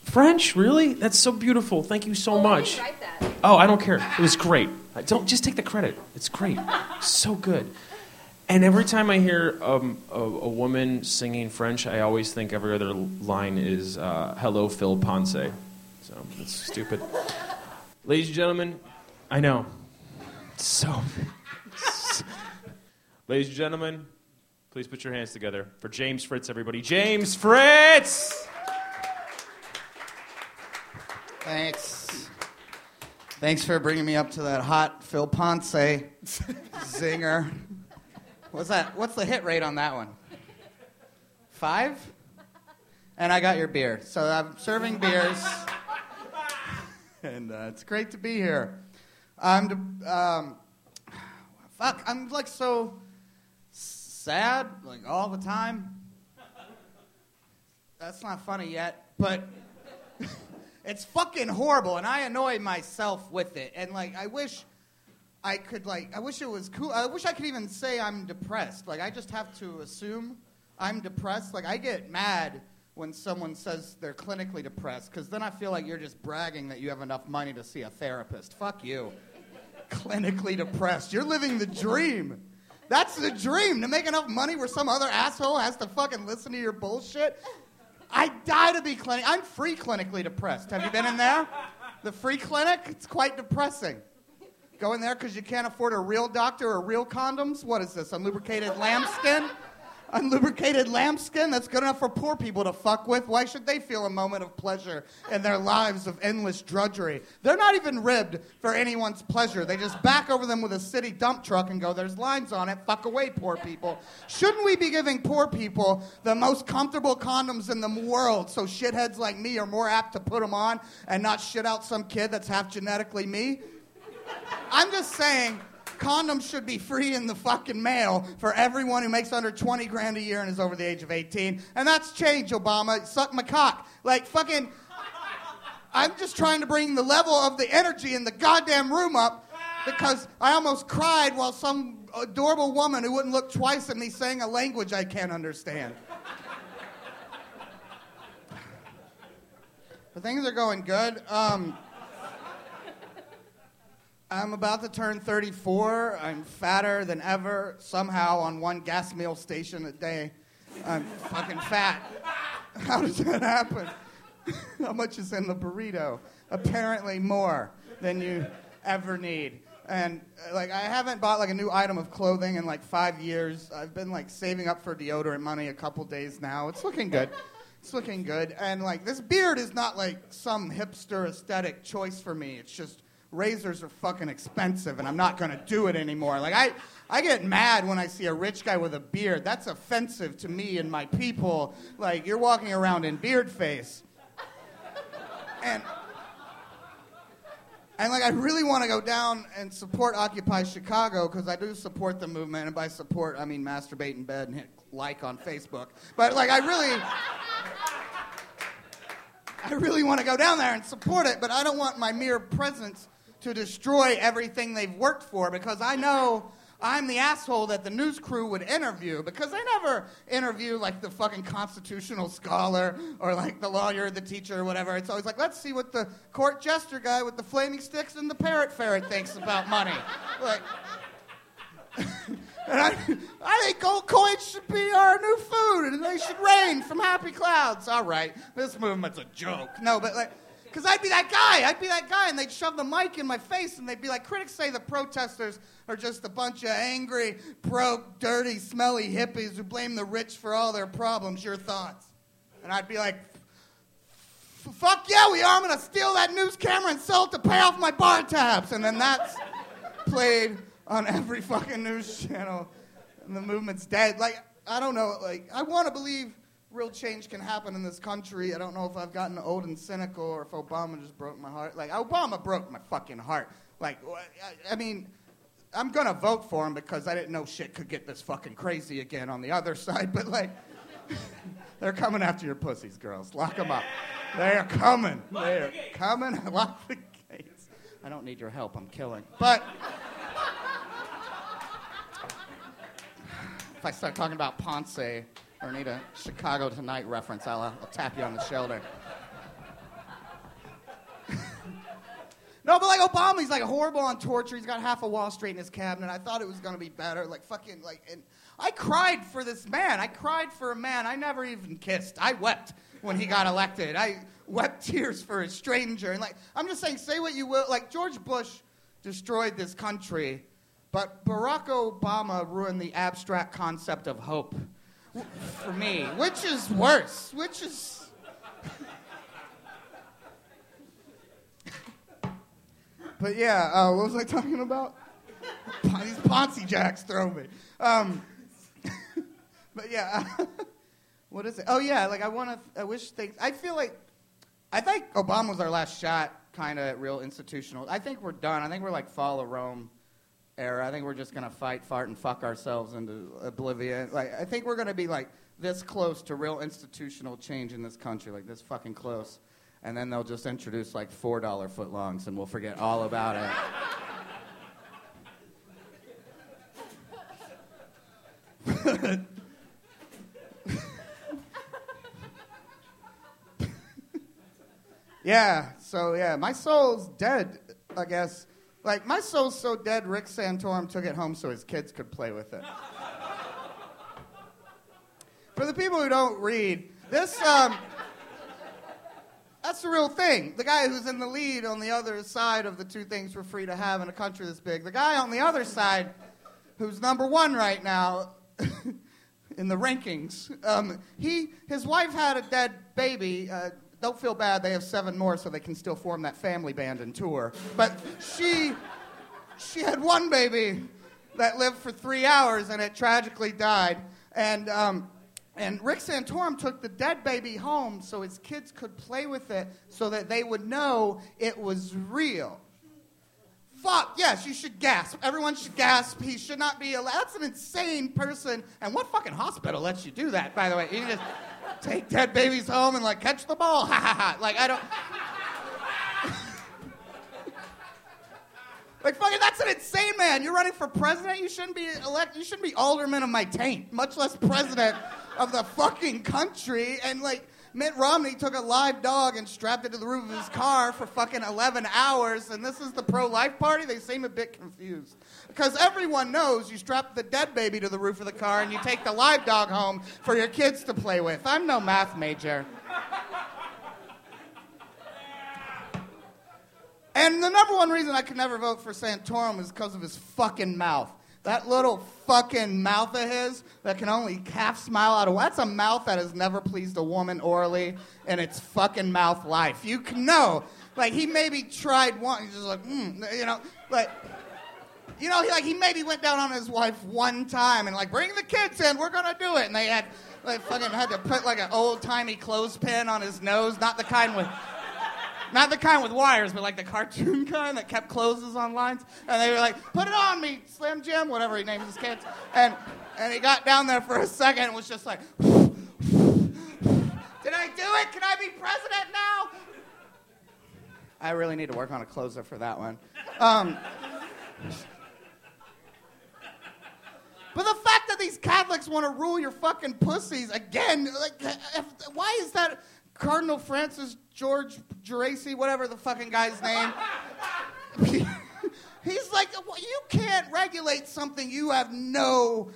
D: French, really? That's so beautiful. Thank you so much. Oh, I don't care. It was great. I don't just take the credit. It's great. so good. And every time I hear um, a, a woman singing French, I always think every other line is uh, "Hello, Phil Ponce." So it's stupid. Ladies and gentlemen, I know. So, ladies and gentlemen, Please put your hands together for James Fritz, everybody. James Fritz!
J: Thanks. Thanks for bringing me up to that hot Phil Ponce zinger. What's that? What's the hit rate on that one? Five? And I got your beer. So I'm serving beers. And uh, it's great to be here. I'm, d- um, fuck, I'm like so sad, like all the time. That's not funny yet, but it's fucking horrible and i annoy myself with it and like i wish i could like i wish it was cool i wish i could even say i'm depressed like i just have to assume i'm depressed like i get mad when someone says they're clinically depressed because then i feel like you're just bragging that you have enough money to see a therapist fuck you clinically depressed you're living the dream that's the dream to make enough money where some other asshole has to fucking listen to your bullshit I die to be clinic. I'm free clinically depressed. Have you been in there? The free clinic? It's quite depressing. Go in there because you can't afford a real doctor or real condoms. What is this? Unlubricated lambskin? Unlubricated lambskin? That's good enough for poor people to fuck with. Why should they feel a moment of pleasure in their lives of endless drudgery? They're not even ribbed for anyone's pleasure. They just back over them with a city dump truck and go, there's lines on it. Fuck away, poor people. Shouldn't we be giving poor people the most comfortable condoms in the world so shitheads like me are more apt to put them on and not shit out some kid that's half genetically me? I'm just saying condoms should be free in the fucking mail for everyone who makes under 20 grand a year and is over the age of 18. And that's change, Obama. Suck my cock. Like, fucking. I'm just trying to bring the level of the energy in the goddamn room up because I almost cried while some adorable woman who wouldn't look twice at me sang a language I can't understand. But things are going good. Um, I'm about to turn 34. I'm fatter than ever. Somehow, on one gas meal station a day, I'm fucking fat. How does that happen? How much is in the burrito? Apparently, more than you ever need. And uh, like, I haven't bought like a new item of clothing in like five years. I've been like saving up for deodorant money a couple days now. It's looking good. It's looking good. And like, this beard is not like some hipster aesthetic choice for me. It's just razors are fucking expensive and I'm not gonna do it anymore. Like I, I get mad when I see a rich guy with a beard. That's offensive to me and my people. Like you're walking around in beard face. And and like I really want to go down and support Occupy Chicago because I do support the movement, and by support I mean masturbate in bed and hit like on Facebook. But like I really, I really want to go down there and support it, but I don't want my mere presence to destroy everything they've worked for because I know I'm the asshole that the news crew would interview because they never interview like the fucking constitutional scholar or like the lawyer, the teacher, or whatever. It's always like, let's see what the court jester guy with the flaming sticks and the parrot ferret thinks about money. Like, and I, I think gold coins should be our new food, and they should rain from happy clouds. All right, this movement's a joke. No, but like, because I'd be that guy. I'd be that guy, and they'd shove the mic in my face, and they'd be like, critics say the protesters are just a bunch of angry, broke, dirty, smelly hippies who blame the rich for all their problems. Your thoughts? And I'd be like, "F- fuck yeah, we are. I'm gonna steal that news camera and sell it to pay off my bar tabs. And then that's played on every fucking news channel, and the movement's dead. Like, I don't know. Like, I want to believe real change can happen in this country. I don't know if I've gotten old and cynical or if Obama just broke my heart. Like, Obama broke my fucking heart. Like, wh- I, I mean, I'm gonna vote for him because I didn't know shit could get this fucking crazy again on the other side. But like, they're coming after your pussies, girls. Lock them up. They are coming. They are coming. Lock the gates. I don't need your help. I'm killing. But. If I start talking about Ponce or need a Chicago Tonight reference, I'll, uh, I'll tap you on the shoulder. no, but like Obama, he's like horrible on torture. He's got half of Wall Street in his cabinet. I thought it was gonna be better. Like fucking like, and I cried for this man. I cried for a man I never even kissed. I wept when he got elected. I wept tears for a stranger. And like, I'm just saying, say what you will. Like George Bush destroyed this country, but Barack Obama ruined the abstract concept of hope w- for me. Which is worse? Which is. but yeah, uh, what was I talking about? Pon- These Ponzi jacks throw me. Um, but yeah, what is it? Oh yeah, like I want to. I wish things. I feel like I think Obama was our last shot, kind of real institutional. I think we're done. I think we're like follow Rome era. I think we're just gonna fight, fart, and fuck ourselves into oblivion. Like I think we're gonna be like this close to real institutional change in this country, like this fucking close. And then they'll just introduce like four dollar footlongs, and we'll forget all about it. Yeah. So yeah, my soul's dead. I guess. Like my soul's so dead, Rick Santorum took it home so his kids could play with it. For the people who don't read, this um, that's the real thing. The guy who's in the lead on the other side of the two things we're free to have in a country this big. The guy on the other side, who's number one right now. in the rankings. Um, he, his wife had a dead baby. Uh, don't feel bad. They have seven more, so they can still form that family band and tour. But she, she had one baby that lived for three hours, and it tragically died. And um, and Rick Santorum took the dead baby home so his kids could play with it, so that they would know it was real. Fuck, yes, you should gasp. Everyone should gasp. He should not be allowed. That's an insane person. And what fucking hospital lets you do that, by the way? You just take dead babies home and, like, catch the ball. Ha ha ha. Like, I don't. Like fucking, that's an insane man. You're running for president. You shouldn't be elect. You shouldn't be alderman of my taint, much less president of the fucking country. And like Mitt Romney took a live dog and strapped it to the roof of his car for fucking 11 hours. And this is the pro-life party. They seem a bit confused because everyone knows you strap the dead baby to the roof of the car and you take the live dog home for your kids to play with. I'm no math major. And the number one reason I could never vote for Santorum is because of his fucking mouth. That little fucking mouth of his that can only half smile out of that's a mouth that has never pleased a woman orally in its fucking mouth life. You can know. Like he maybe tried one, he's just like, mm, you know, like you know, he, like he maybe went down on his wife one time and like, bring the kids in, we're gonna do it. And they had like fucking had to put like an old timey clothespin on his nose, not the kind with Not the kind with wires, but like the cartoon kind that kept closes on lines. And they were like, put it on me, Slim Jim, whatever he names his kids. And, and he got down there for a second and was just like, did I do it? Can I be president now? I really need to work on a closer for that one. Um, but the fact that these Catholics want to rule your fucking pussies again, like, if- why is that Cardinal Francis George Geraci, whatever the fucking guy's name? He's like, well, you can't regulate something you have no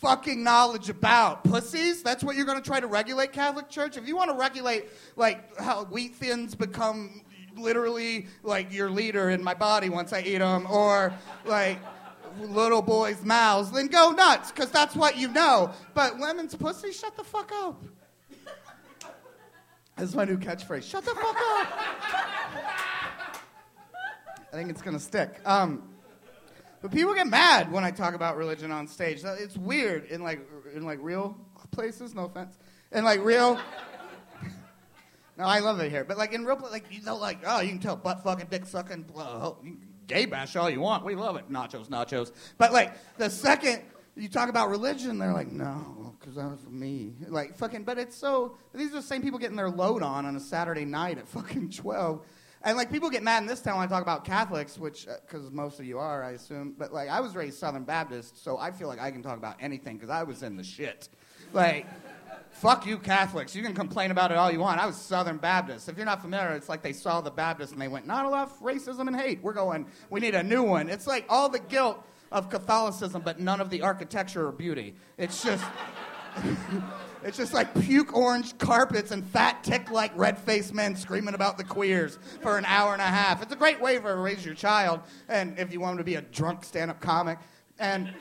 J: fucking knowledge about. Pussies, that's what you're going to try to regulate Catholic Church? If you want to regulate, like, how wheat thins become literally, like, your leader in my body once I eat them, or, like, little boys' mouths, then go nuts, because that's what you know. But women's pussy, shut the fuck up. That's my new catchphrase. Shut the fuck up. I think it's gonna stick. Um, but people get mad when I talk about religion on stage. That- It's weird in like in like real places. No offense. In like real. no, I love it here. But like in real, pla- like you know, like oh, you can tell butt fucking, dick sucking, blah, ho- you can gay bash all you want. We love it. Nachos, nachos. But like the second you talk about religion, they're like, no, because that was me. Like fucking. But it's so. These are the same people getting their load on on a Saturday night at fucking twelve. And like people get mad in this town when I talk about Catholics, which because most of you are, I assume. But like I was raised Southern Baptist, so I feel like I can talk about anything because I was in the shit. Like, fuck you Catholics. You can complain about it all you want. I was Southern Baptist. If you're not familiar, it's like they saw the Baptist and they went, not enough racism and hate. We're going, we need a new one. It's like all the guilt of Catholicism, but none of the architecture or beauty. It's just. It's just like puke orange carpets and fat tick like red faced men screaming about the queers for an hour and a half. It's a great way for to raise your child and if you want them to be a drunk stand up comic. And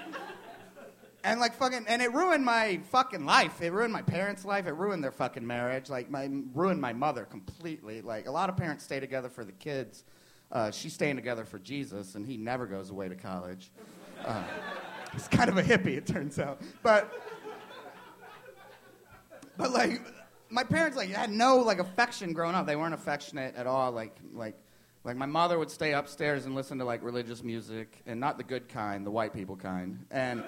J: and like fucking and it ruined my fucking life. It ruined my parents' life, it ruined their fucking marriage, like my ruined my mother completely. Like a lot of parents stay together for the kids. Uh, she's staying together for Jesus and he never goes away to college. Uh, he's kind of a hippie, it turns out. But but like my parents like had no like affection growing up they weren't affectionate at all like like like my mother would stay upstairs and listen to like religious music and not the good kind the white people kind and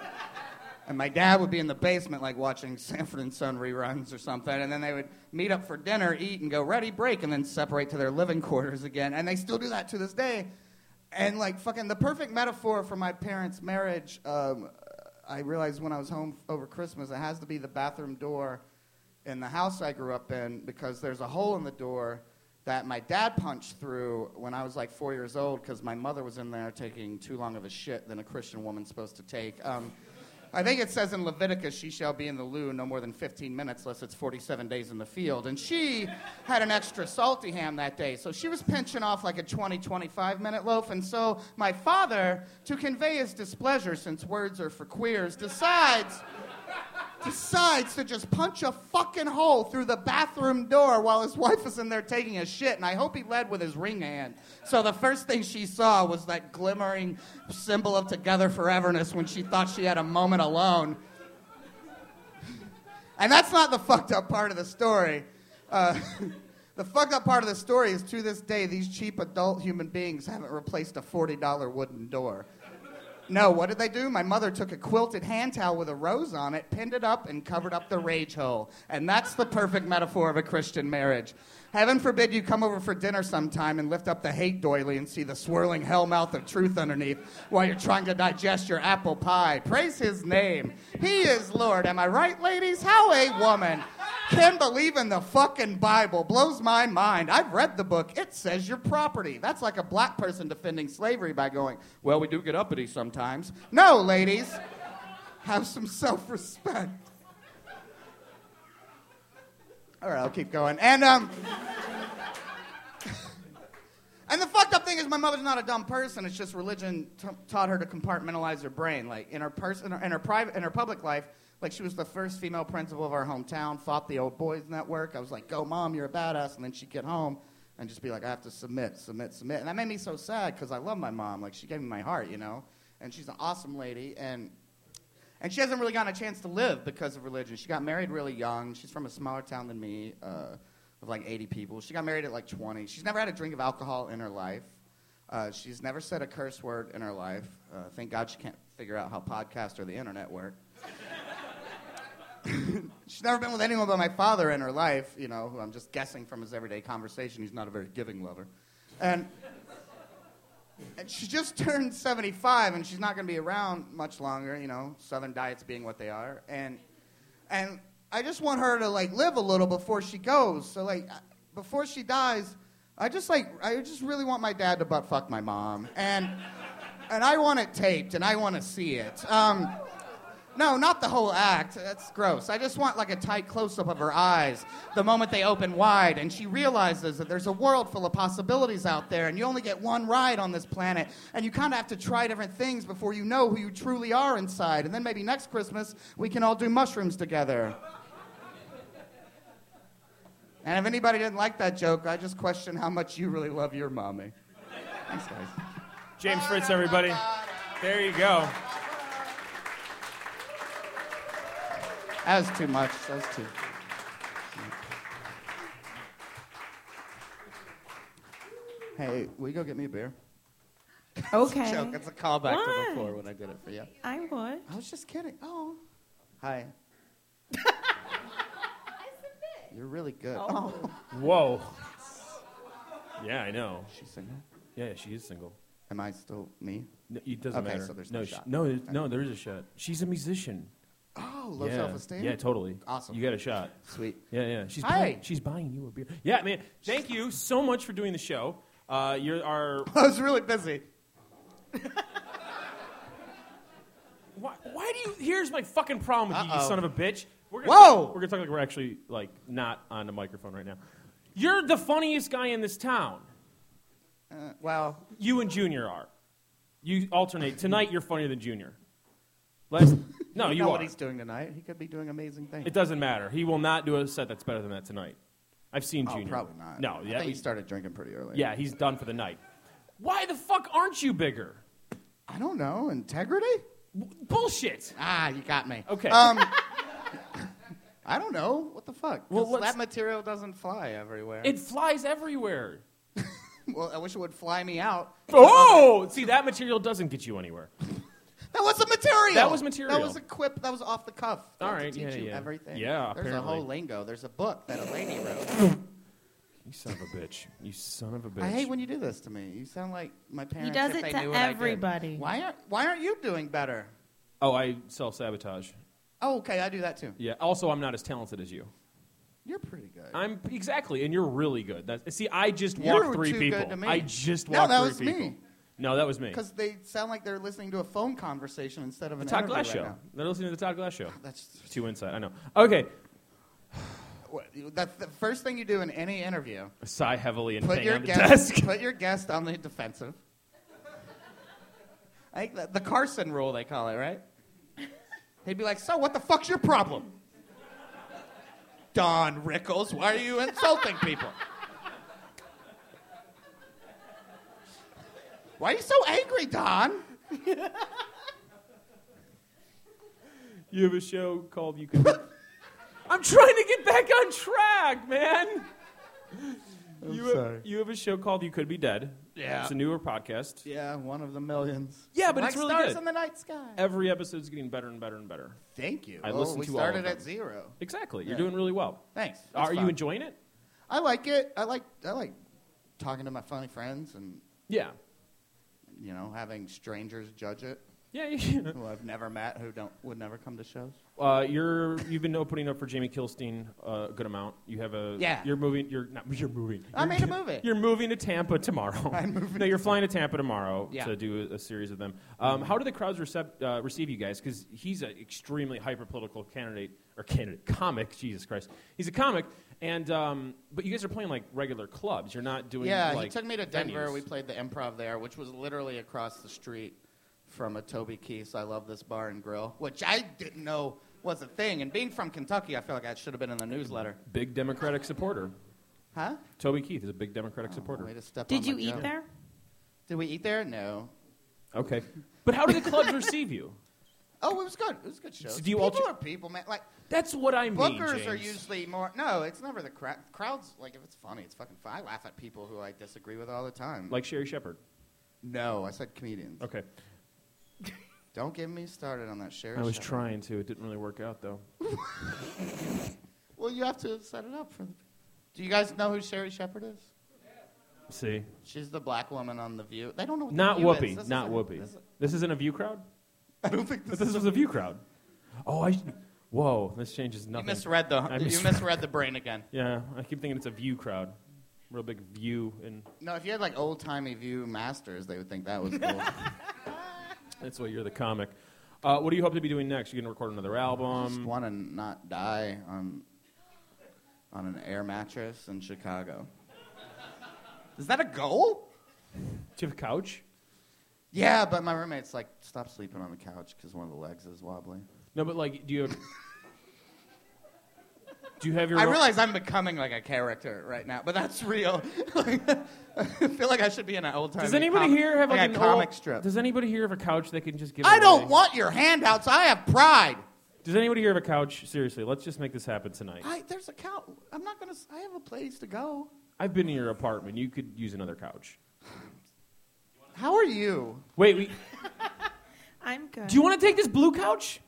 J: and my dad would be in the basement like watching sanford and son reruns or something and then they would meet up for dinner eat and go ready break and then separate to their living quarters again and they still do that to this day and like fucking the perfect metaphor for my parents' marriage, um, I realized when I was home over Christmas, it has to be the bathroom door in the house I grew up in because there's a hole in the door that my dad punched through when I was like four years old because my mother was in there taking too long of a shit than a Christian woman's supposed to take. Um, I think it says in Leviticus, she shall be in the loo no more than 15 minutes, unless it's 47 days in the field. And she had an extra salty ham that day, so she was pinching off like a 20, 25 minute loaf. And so my father, to convey his displeasure, since words are for queers, decides decides to just punch a fucking hole through the bathroom door while his wife is in there taking a shit, and I hope he led with his ring hand. So the first thing she saw was that glimmering symbol of together foreverness when she thought she had a moment alone. And that's not the fucked up part of the story. Uh, the fucked up part of the story is to this day, these cheap adult human beings haven't replaced a $40 wooden door. No, what did they do? My mother took a quilted hand towel with a rose on it, pinned it up, and covered up the rage hole. And that's the perfect metaphor of a Christian marriage. Heaven forbid you come over for dinner sometime and lift up the hate doily and see the swirling hellmouth of truth underneath while you're trying to digest your apple pie. Praise his name. He is Lord. Am I right, ladies? How a woman can believe in the fucking Bible blows my mind. I've read the book. It says your property. That's like a black person defending slavery by going, well, we do get uppity sometimes. No, ladies, have some self respect. All right, I'll keep going. And, um,. And the fucked up thing is, my mother's not a dumb person. It's just religion t- taught her to compartmentalize her brain. Like in her person, in her private, in her public life, like she was the first female principal of our hometown. Fought the old boys network. I was like, "Go, mom, you're a badass." And then she'd get home and just be like, "I have to submit, submit, submit." And that made me so sad because I love my mom. Like she gave me my heart, you know. And she's an awesome lady. And and she hasn't really gotten a chance to live because of religion. She got married really young. She's from a smaller town than me. Uh, of like 80 people. She got married at like 20. She's never had a drink of alcohol in her life. Uh, she's never said a curse word in her life. Uh, thank God she can't figure out how podcasts or the internet work. She's never been with anyone but my father in her life, you know, who I'm just guessing from his everyday conversation. He's not a very giving lover. And, and she just turned 75 and she's not going to be around much longer, you know, Southern diets being what they are. And, and I just want her to, like, live a little before she goes. So, like, I- before she dies, I just, like, I just really want my dad to butt fuck my mom. And, and I want it taped and I want to see it. Um, no, not the whole act. That's gross. I just want like a tight close up of her eyes the moment they open wide and she realizes that there's a world full of possibilities out there and you only get one ride on this planet and you kind of have to try different things before you know who you truly are inside. And then maybe next Christmas we can all do mushrooms together. And if anybody didn't like that joke, I just question how much you really love your mommy. Thanks, guys.
K: James Fritz, everybody. There you go.
J: That was too much. That was too. Hey, will you go get me a beer?
F: Okay.
J: Joke. It's a callback
F: Why?
J: to before when I did it for you.
F: I would.
J: I was just kidding. Oh. Hi. You're really good. Oh.
D: Whoa. Yeah, I know.
J: She's single.
D: Yeah, she is single.
J: Am I still me?
D: No, it doesn't
J: Okay,
D: matter.
J: so there's
D: no,
J: no
D: she-
J: shot.
D: no, there's- no, there is a shot. She's a musician.
J: Oh, low
D: yeah.
J: self-esteem.
D: Yeah, totally.
J: Awesome.
D: You got a shot.
J: Sweet.
D: Yeah, yeah. She's
J: Hi.
D: buying, she's buying you a beer. Yeah, man. Thank you so much for doing the show. Uh, you're our.
J: I was really busy.
D: Why, why do you? Here's my fucking problem with you, you
J: Uh-oh.
D: son of a bitch. We're gonna
J: Whoa!
D: Talk, we're gonna talk like we're actually like not on the microphone right now. You're the funniest guy in this town.
J: Uh, well,
D: You and Junior are. You alternate. Tonight you're funnier than Junior. Last, no,
J: you
D: you
J: know
D: are.
J: what he's doing tonight. He could be doing amazing things.
D: It doesn't matter. He will not do a set that's better than that tonight. I've seen
J: oh,
D: Junior.
J: probably not.
D: No,
J: I
D: yeah,
J: think he
D: he's,
J: started drinking pretty early.
D: yeah, he's done for the night. Why the fuck aren't you bigger?
J: I don't know. Integrity?
D: W- Bullshit.
J: Ah, you got me.
D: Okay.
J: Um, I don't know. What the fuck? 'Cause
D: Well, let's-
J: that material doesn't fly everywhere.
D: It flies everywhere.
J: well, I wish it would fly me out.
D: Oh, see that material doesn't get you anywhere.
J: That was a material.
D: That was material.
J: That was a quip. That was off the cuff. That
D: All
J: could
D: right,
J: Teach
D: yeah,
J: you
D: yeah.
J: Everything.
D: Yeah,
J: There's a whole
D: apparently.
J: lingo. There's a book that Eleni wrote.
D: You son of a bitch. You son of a bitch.
J: I hate when you do this to me. You sound like my parents.
F: does
J: if
F: it
J: they
F: to
J: knew what I did.
F: everybody.
J: Why aren't Why aren't you doing better?
D: oh, I self sabotage.
J: Oh, okay. I do that too.
D: Yeah. Also, I'm not as talented as you.
J: You're pretty good.
D: I'm exactly, and you're really good. That's, see, I just
J: You
D: walked
J: were
D: three
J: too
D: people.
J: good to me.
D: I just
J: No,
D: walked
J: that
D: three
J: was me.
D: people. No, that was me.
J: Because they sound like they're listening to a phone conversation instead of an
D: Todd
J: interview
D: Glass
J: right
D: show.
J: now.
D: They're listening to the Todd Glass show.
J: That's
D: Too inside. I know. Okay.
J: What- That's the first thing you do in any interview.
D: Sigh heavily and
J: Put
D: bang
J: your
D: on the
J: guest.
D: desk.
J: Put your guest on the defensive. I think that, the Carson rule they call it, right? He'd be like, "So what the fuck's your problem, Don Rickles? Why are you insulting people? Why are you so angry, Don?"
D: You have a show called You Can. I'm trying to get back on track, man. you,
J: sorry.
D: Have, you have a show called You Could Be Dead.
J: Yeah.
D: It's a newer podcast.
J: Yeah, one of the millions.
D: Yeah, but
J: like
D: it's really
J: stars
D: good.
J: in the night sky.
D: Every episode's getting better and better and better.
J: Thank you.
D: I
J: well,
D: listened
J: we
D: to all of
J: started
D: them.
J: at zero.
D: Exactly.
J: Yeah.
D: You're doing really well.
J: Thanks. It's
D: Are you
J: fun.
D: enjoying it?
J: I like it. I like I like talking to my funny friends and
D: Yeah.
J: you know having strangers judge it
D: Yeah. yeah.
J: who I've never met who don't would never come to shows.
D: Uh, you're you've been opening up for Jamie Kilstein uh, a good amount. You have a
J: Yeah.
D: You're moving. You're not. You're moving.
J: I
D: You're-
J: made a movie.
D: You're moving to Tampa tomorrow.
J: I'm moving
D: No, you're flying to Tampa tomorrow
J: Yeah.
D: to do a, a series of them. Um, How do the crowds recept, uh, receive you guys? Because he's an extremely hyper political candidate or candidate comic. Jesus Christ, he's a comic. And um, but you guys are playing like regular clubs. You're not doing.
J: yeah,
D: like,
J: he took me to Denver.
D: venues.
J: We played the Improv there, which was literally across the street from a Toby Keith's I Love This Bar and Grill, which I didn't know was a thing. And being from Kentucky, I feel like that should have been in the newsletter.
D: big Democratic supporter.
J: Huh?
D: Toby Keith is a big Democratic supporter.
J: Oh, Way to step on
F: Did
J: my
F: you eat
J: joke.
F: there?
J: Did we eat there? No.
D: Okay, but how do the clubs receive you?
J: Oh, it was good. It was a good show.
D: So do you
J: people
D: alter-
J: are people, man. Like
D: That's what I mean.
J: bookers are
D: James.
J: usually more. No, it's never the crowd. Crowds like if it's funny, it's fucking. Fun. I laugh at people who I disagree with all the time.
D: like Sherry Shepard.
J: no, I said comedians.
D: Okay,
J: Don't get me started on that share.
D: I was
J: shit.
D: trying to. It didn't really work out though.
J: Well, you have to set it up for the. Do you guys know who Sherry Shepherd is?
D: See,
J: She's the black woman on The View. They don't know what The
D: not
J: View is.
D: Whoopi.
J: This
D: Not
J: isn't-
D: Whoopi.
J: this-
D: This isn't a view crowd.
J: I don't think
D: But
J: this
D: this
J: is.
D: was a view crowd. Oh, I. Whoa, this changes
J: You
D: nothing.
J: misread the.
D: I
J: You
D: misread-
J: misread the brain again.
D: Yeah, I keep thinking it's a view crowd. Real big view, and
J: No, if you had like old timey View masters, they would think that was cool.
D: that's why you're the comic. Uh, what do you hope to be doing next? You gonna record another
J: just
D: album?
J: want to not die on on an air mattress in Chicago. Is that a goal?
D: Do you have a couch?
J: Yeah, but my roommate's like, stop sleeping on the couch because one of the legs is wobbly.
D: No, but like, do you have? do you have your?
J: I
D: own-
J: realize I'm becoming like a character right now, but that's real. Like, I feel like I should be in an old time.
D: Does anybody here have like, an
J: a comic
D: old,
J: strip?
D: Does anybody here have a couch they can just give?
J: I don't
D: away?
J: want your handouts. I have pride.
D: Does anybody here have a couch? Seriously, let's just make this happen tonight.
J: I, there's a couch. I'm not gonna. s- I have a place to go.
D: I've been in your apartment. You could use another couch.
J: How are you?
D: Wait, we,
F: I'm good.
D: do you want to take this blue couch?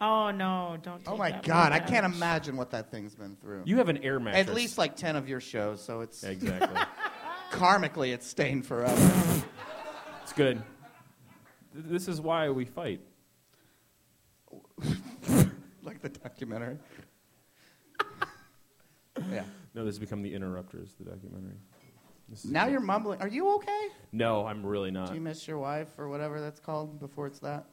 F: oh no, don't. Take
J: Oh my
F: that
J: God, I
F: one
J: can't
F: down.
J: imagine what that thing's been through.
D: You have an air mattress.
J: At least like ten of your shows, so it's
D: Exactly.
J: karmically it's stained forever.
D: it's good. Th- This is why we fight.
J: like the documentary. yeah.
D: No, this has become the interrupters. The documentary. This is-
J: Now you're mumbling. Are you okay?
D: No, I'm really not.
J: Do you miss your wife or whatever that's called before it's that?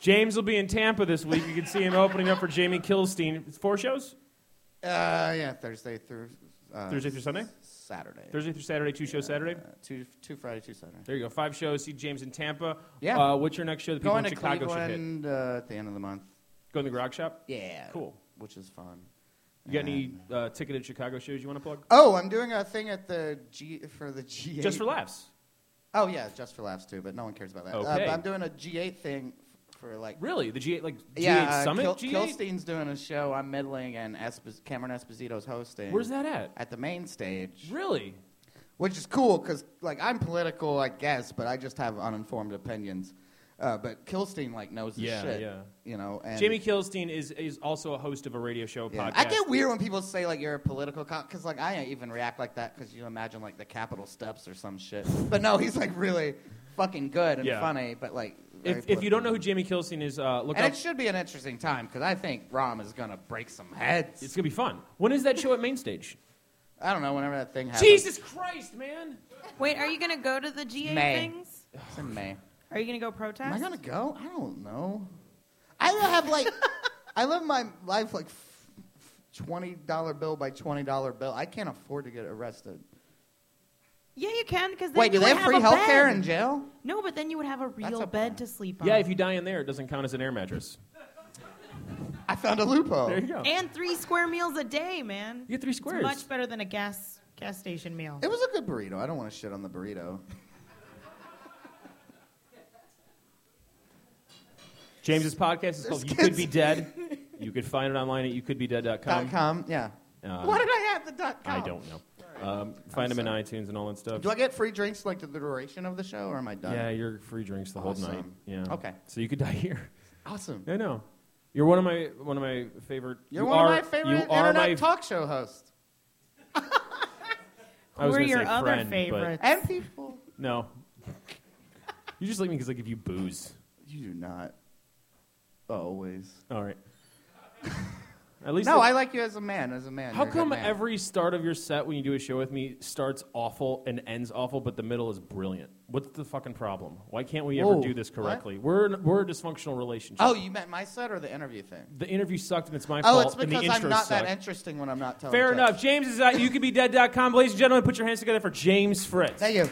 D: James will be in Tampa this week. You can see him opening up for Jamie Kilstein. It's Four shows.
J: Uh, yeah, Thursday through uh,
D: Thursday through Sunday?
J: Saturday.
D: Thursday through Saturday, two shows Saturday.
J: Uh, two, two Friday, two Saturday.
D: There you go. Five shows. See James in Tampa.
J: Yeah.
D: Uh, what's your next show? The people
J: Going
D: in
J: to
D: Chicago should hit.
J: Cleveland uh, at the end of the month.
D: Go in the Grog Shop.
J: Yeah.
D: Cool.
J: Which is fun.
D: You got any uh, ticketed Chicago shows you want to plug?
J: Oh, I'm doing a thing at the G for the G.
D: Just for laughs.
J: Oh yeah, just for laughs too, but no one cares about that. Uh,
D: Okay.
J: but I'm doing a G8 thing f- for like.
D: Really? The G8 like G8
J: Yeah, uh,
D: Summit?
J: Kil-
D: G8?
J: Kilstein's doing a show. I'm middling, and Espos- Cameron Esposito's hosting.
D: Where's that at?
J: At the main stage,
D: Really?
J: which is cool because like I'm political, I guess, but I just have uninformed opinions. Uh, but Kilstein like knows his
D: Yeah,
J: shit,
D: yeah.
J: you know. And
D: Jamie Kilstein is is also a host of a radio show
J: Yeah.
D: podcast.
J: I get weird when people say like you're a political cop because like I even react like that because you imagine like the Capitol steps or some shit. But no, he's like really fucking good and
D: Yeah.
J: funny. But like, very
D: if, if you don't know
J: political.
D: who Jamie Kilstein is, uh, look
J: and
D: up.
J: it should be an interesting time because I think Rom is gonna break some heads.
D: It's gonna be fun. When is that show at Main Stage?
J: I don't know whenever that thing happens.
D: Jesus Christ, man!
F: Wait, are you gonna go to the GA
J: May.
F: things?
J: It's in May.
F: Are you gonna go protest?
J: Am I gonna go? I don't know. I don't have like, I live my life like f- f- twenty dollar bill by twenty dollar bill. I can't afford to get arrested.
F: Yeah, you can because
J: Wait, do they have free
F: health
J: healthcare in jail?
F: No, but then you would have a real
J: a-
F: bed to sleep on.
D: Yeah, if you die in there, it doesn't count as an air mattress.
J: I found a loophole.
D: There you go.
F: and three square meals a day, man.
D: You get three
F: It's
D: squares.
F: much better than a gas gas station meal.
J: It was a good burrito. I don't want to shit on the burrito.
D: James's podcast is called "You Could Be Dead." You could find it online at youcouldbedead.com.
J: Dot com, yeah.
D: Uh,
J: Why did I add the dot com?
D: I don't know. Um, find them in iTunes and all that stuff.
J: Do I get free drinks like to the duration of the show, or am I done?
D: yeah, you're free drinks the whole
J: Awesome.
D: night. Yeah.
J: Okay.
D: So you could die here.
J: Awesome.
D: I know. You're one of my one of my favorite.
J: You're
D: you
J: one
D: are-
J: of my favorite
D: you are
J: internet
D: my,
J: talk show hosts.
D: I was
F: Who are
D: gonna
F: your
D: say
F: other
D: friend, but
F: favorites?
J: And people.
D: No. You just like me because I give you booze.
J: You do not. Always.
D: All right. At least
J: No,
D: the-
J: I like you as a man. As a man.
D: How
J: You're a good
D: come
J: man.
D: every start of your set when you do a show with me starts awful and ends awful, but the middle is brilliant? What's the fucking problem? Why can't we ever
J: Whoa,
D: do this
J: Oh, what?
D: correctly? We're an, we're a dysfunctional relationship.
J: Oh, you meant my set or the interview thing?
D: the interview sucked and it's my
J: Oh,
D: fault.
J: it's because
D: and the intro
J: I'm not that
D: sucked.
J: interesting when I'm not telling.
D: Fair
J: jokes.
D: enough. James is at youcouldbedead.com. Ladies and gentlemen, put your hands together for James Fritz.
J: Thank you.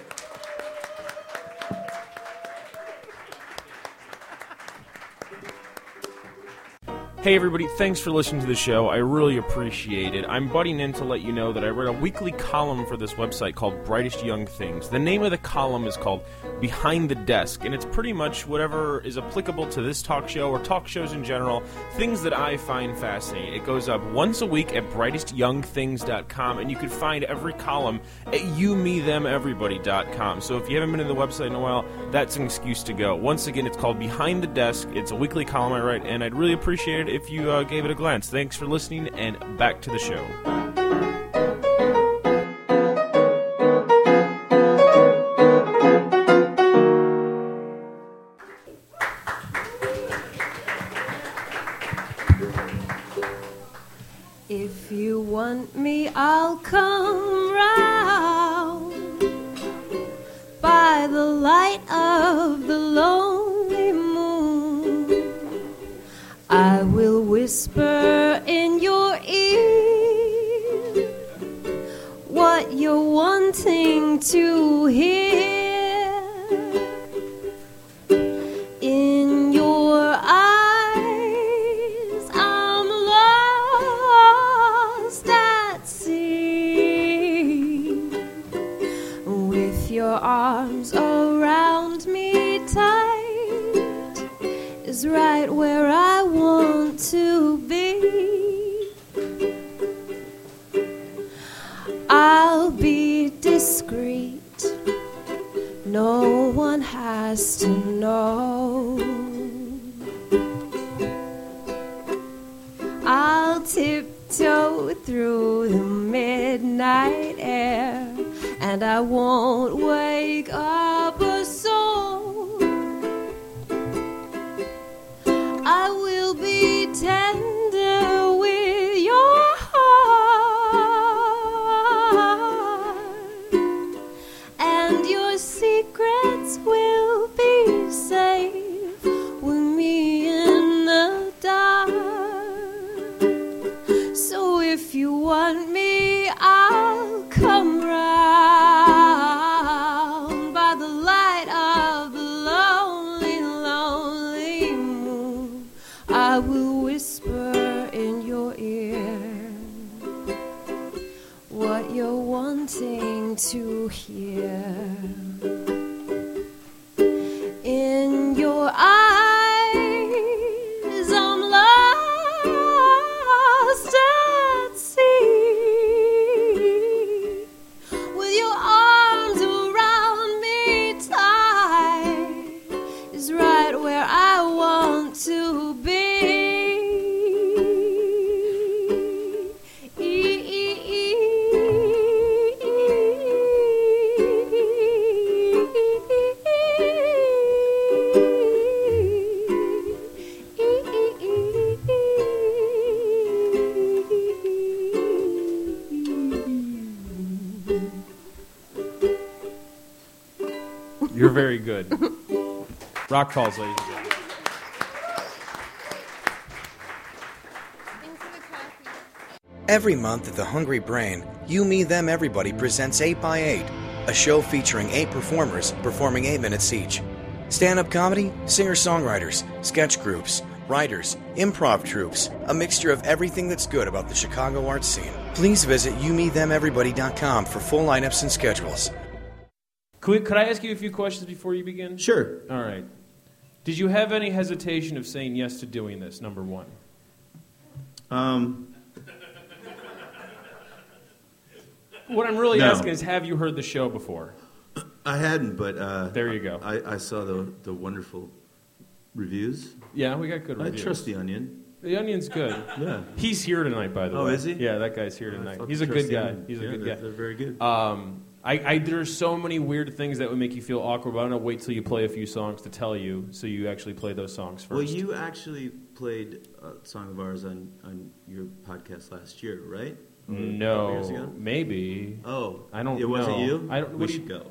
H: Hey, everybody, thanks for listening to the show. I really appreciate it. I'm butting in to let you know that I write a weekly column for this website called Brightest Young Things. The name of the column is called Behind the Desk, and it's pretty much whatever is applicable to this talk show or talk shows in general, things that I find fascinating. It goes up once a week at brightestyoungthings.com, and you can find every column at youmethemeverybody.com. So if you haven't been to the website in a while, that's an excuse to go. Once again, it's called Behind the Desk. It's a weekly column I write, and I'd really appreciate it if you uh, gave it a glance. Thanks for listening, and back to the show.
I: If you want me, I'll come round by the light of the lonely moon. I will whisper in your ear what you're wanting to hear. In your eyes, I'm lost at sea. With your arms around me tight, is right where I want to be. I'll be discreet no one has to know. I'll tiptoe through the midnight air, and I won't wake up a soul. I will be tender with your heart and your secrets will be safe with me in the dark. So if you want me, I'll come round by the light of the lonely, lonely moon. I will whisper in your ear what you're wanting to hear. In your eyes, I'm lost at sea. With your arms around me tight is right where I want to be.
H: You're very good. Rock calls, ladies and gentlemen.
A: Every month at The Hungry Brain, You, Me, Them, Everybody presents 8x8, a show featuring eight performers performing eight minutes each. Stand up comedy, singer songwriters, sketch groups, writers, improv troupes, a mixture of everything that's good about the Chicago art scene. Please visit youmethemeverybody.com for full lineups and schedules.
D: Could, we, could I ask you a few questions before you begin?
G: Sure.
D: All right. Did you have any hesitation of saying yes to doing this? Number one.
L: Um,
D: What I'm really
L: No.
D: asking is, have you heard the show before?
L: I hadn't, but uh,
D: There you go.
L: I, I saw the the wonderful reviews.
D: Yeah, we got good reviews.
L: I trust the Onion.
D: The Onion's good.
L: Yeah.
D: He's here tonight, by the
L: Oh,
D: way.
L: is he?
D: Yeah, that guy's here tonight.
L: thought
D: He's
L: the
D: a good
L: Trustee
D: guy.
L: Onion-
D: He's
L: yeah,
D: a good
L: they're-
D: guy.
L: they're very good.
D: Um, I, I there's so many weird things that would make you feel awkward. But I'm gonna wait till you play a few songs to tell you, so you actually play those songs first.
L: Well, you actually played a song of ours on on your podcast last year, right? Or a couple years
D: no,
L: ago?
D: maybe.
L: Oh,
D: I don't.
L: It wasn't
D: know.
L: you.
D: I don't.
L: We
D: what do
L: should
D: you-
L: go.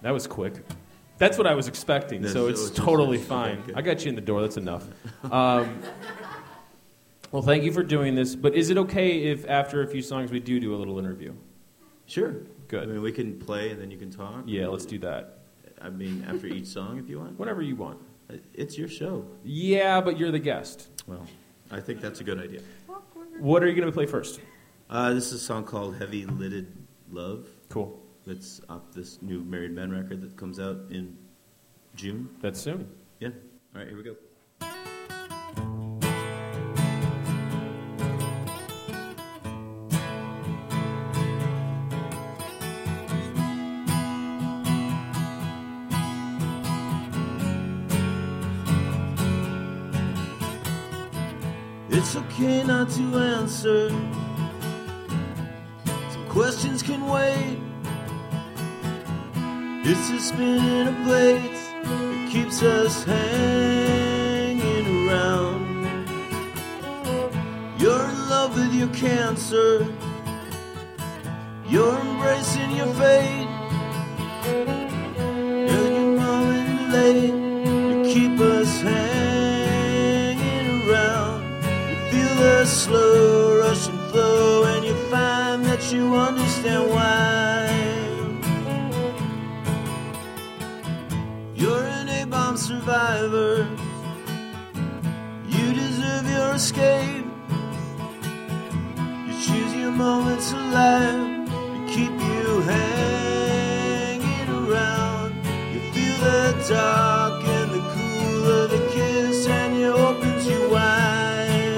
D: That was quick. That's what I was expecting,
L: That's-
D: so
L: that
D: it's
L: was just-
D: totally
L: okay,
D: fine.
L: good.
D: I got you in the door. That's enough. Um, well, thank you for doing this. But is it okay if after a few songs we do do a little interview?
L: Sure.
D: Good.
L: I mean, we can play and then you can talk.
D: Yeah, let's do that.
L: I mean, after each song, if you want.
D: Whatever you want.
L: Uh, It's your show.
D: Yeah, but you're the guest.
L: Well, I think that's a good idea.
D: What are you going to play first?
L: Uh, this is a song called Heavy Lidded Love.
D: Cool.
L: That's off this new Married Men record that comes out in June.
D: That's soon.
L: Yeah. All right, here we go.
M: It's okay not to answer. Some questions can wait. It's a spin in a plate that keeps us hanging around. You're in love with your cancer. You're embracing your fate. And you're mowing the lane to keep us hanging around. Feel the slow rushing flow, and you find that you understand why. You're an A bomb survivor. You deserve your escape. You choose your moments alive to keep you hanging around. You feel the dark and the cool of the kiss, and you open to wide.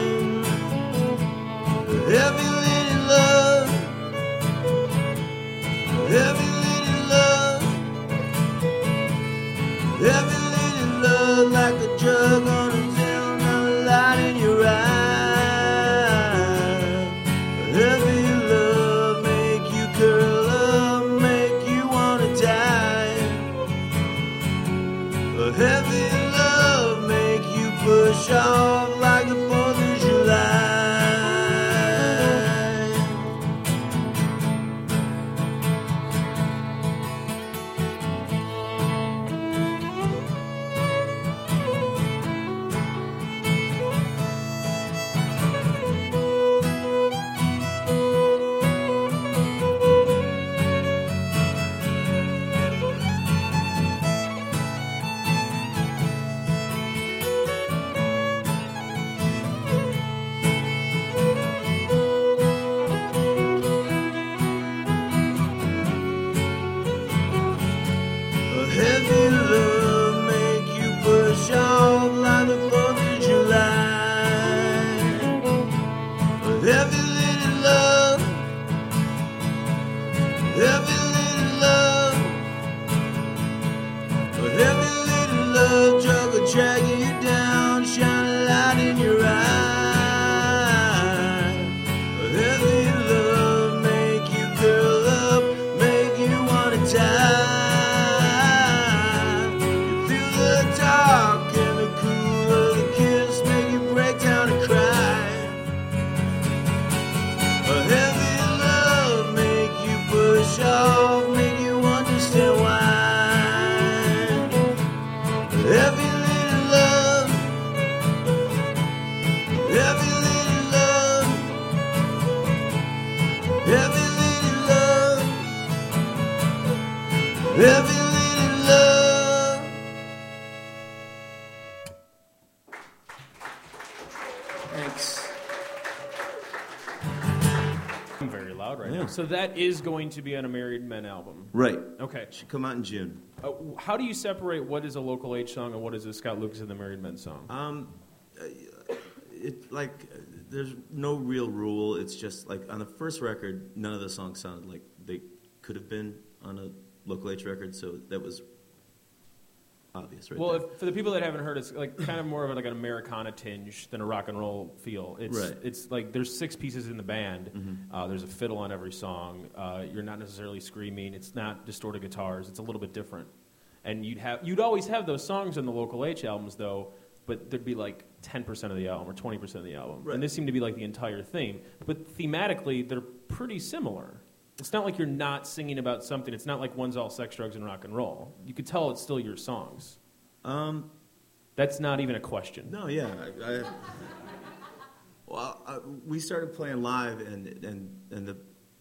M: Heavy lit in love. Heavy lit in love. Heavy lit in love like a drug on a film, not a light in your eye. Heavy love make you curl up, make you wanna die. A heavy love make you push off like the Fourth of July. A heavy love make you push off like the Fourth of July. A heavy little love, heavy little love, a heavy little love drug will drag you down, shine a light in your eye. A heavy love make you curl up, make you wanna die. You feel the dark and the cool of the kiss make you break down and cry. A heavy love make you push off, make you understand why. Heavy little love, heavy little love. Every little love, every little love.
L: Thanks.
D: I'm very loud right
L: Yeah.
D: now. So that is going to be on a Married Men album.
L: Right.
D: Okay.
L: Should come out in June.
D: Uh, how do you separate what is a local age song and what is a Scott Lucas and the Married Men song?
L: Um, uh, it like uh, there's no real rule. It's just like on the first record, none of the songs sounded like they could have been on a local H record, so that was obvious, right?
D: well,
L: there.
D: if, for the people that haven't heard, it's like kind of more of like an Americana tinge than a rock and roll feel. It's
L: Right. Mm-hmm.
D: it's like there's six pieces in the band. Uh, there's a fiddle on every song. Uh, you're not necessarily screaming. It's not distorted guitars. It's a little bit different. And you'd have you'd always have those songs on the local H albums though, but there'd be like 10% of the album or 20% of the album.
L: Right.
D: And this seemed to be like the entire theme. But thematically, they're pretty similar. It's not like you're not singing about something. It's not like one's all sex, drugs, and rock and roll. You could tell it's still your songs.
L: um,
D: That's not even a question.
L: no, yeah, I, I, well, I, we started playing live, and
D: Mm-hmm.
L: and and the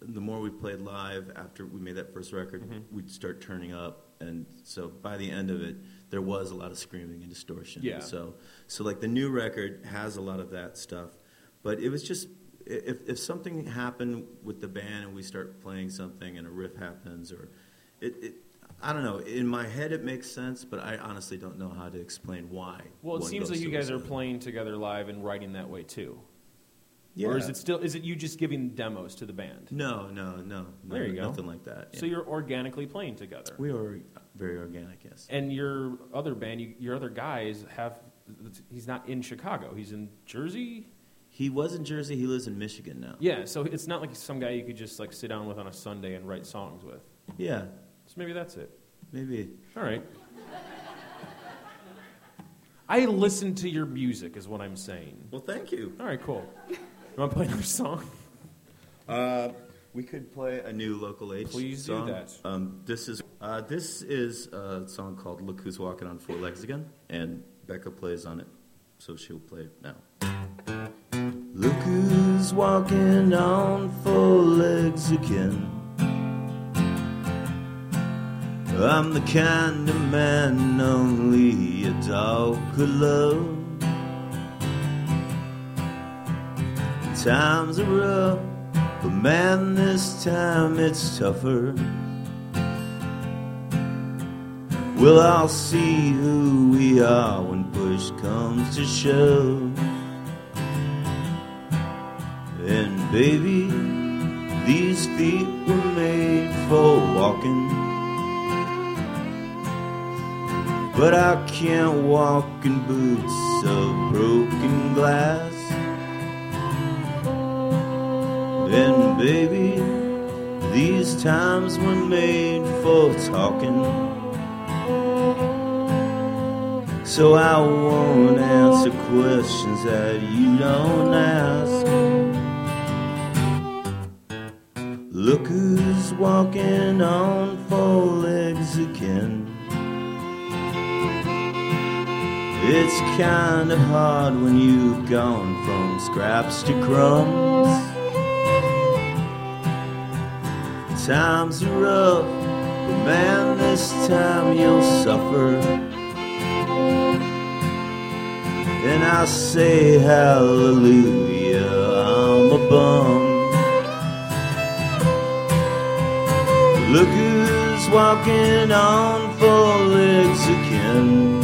L: the more we played live after we made that first record, we'd start turning up, and so by the end of it, there was a lot of screaming and distortion.
D: Yeah.
L: So so like the new record has a lot of that stuff, but it was just i- if if something happened with the band and we start playing something and a riff happens or it. it I don't know. In my head, it makes sense, but I honestly don't know how to explain why.
D: Well, it
L: one
D: seems
L: goes
D: like you
L: to
D: guys
L: the
D: are playing together live and writing that way too. Or is
L: Yeah.
D: it still? Is it you just giving demos to the band?
L: No, no, no.
D: there you
L: no-
D: go.
L: nothing like that,
D: So
L: yeah.
D: you're organically playing together.
L: We are very organic, yes.
D: And your other band, you, your other guys have. He's not in Chicago. He's in Jersey.
L: He was in Jersey. He lives in Michigan now.
D: Yeah. So it's not like some guy you could just like sit down with on a Sunday and write songs with.
L: Yeah,
D: So maybe that's it.
L: maybe.
D: All right. I listen to your music, is what I'm saying.
L: Well, thank you.
D: All right, cool. You want to play another song?
L: Uh, we could play a new local H
D: Please do
L: song.
D: that.
L: Um, this is uh, this is a song called "Look Who's Walking on Four Legs Again," and Becca plays on it, so she'll play it now.
N: Look who's walking on four legs again. I'm the kind of man only a dog could love. Times are rough, but man, this time it's tougher. We'll all see who we are when push comes to shove. And baby, these feet were made for walking. But I can't walk in boots of broken glass. And baby, these times were made for talking. So I won't answer questions that you don't ask. Look who's walking on four legs again. It's kinda hard when you've gone from scraps to crumbs. Times are rough, but man, this time you'll suffer. And I say hallelujah, I'm a bum. Look who's walking on four legs again.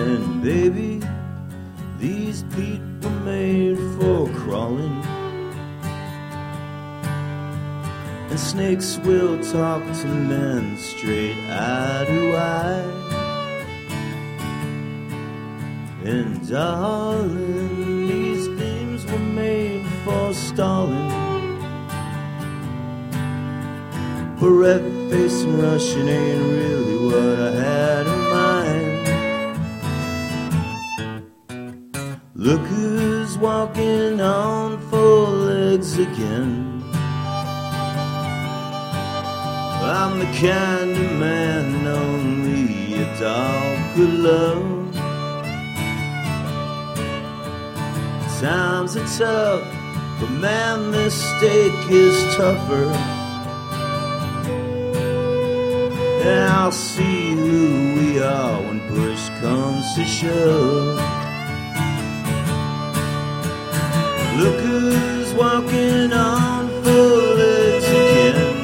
N: And baby, these feet were made for crawling. And snakes will talk to men straight eye to eye. And darling, these beams were made for stalling. But red face and Russian ain't really what I had in mind. Look who's walking on four legs again. I'm the kind of man only a dog could love. Times are tough, but man, this stake is tougher. And I'll see who we are when push comes to shove. Look who's walking on four legs again.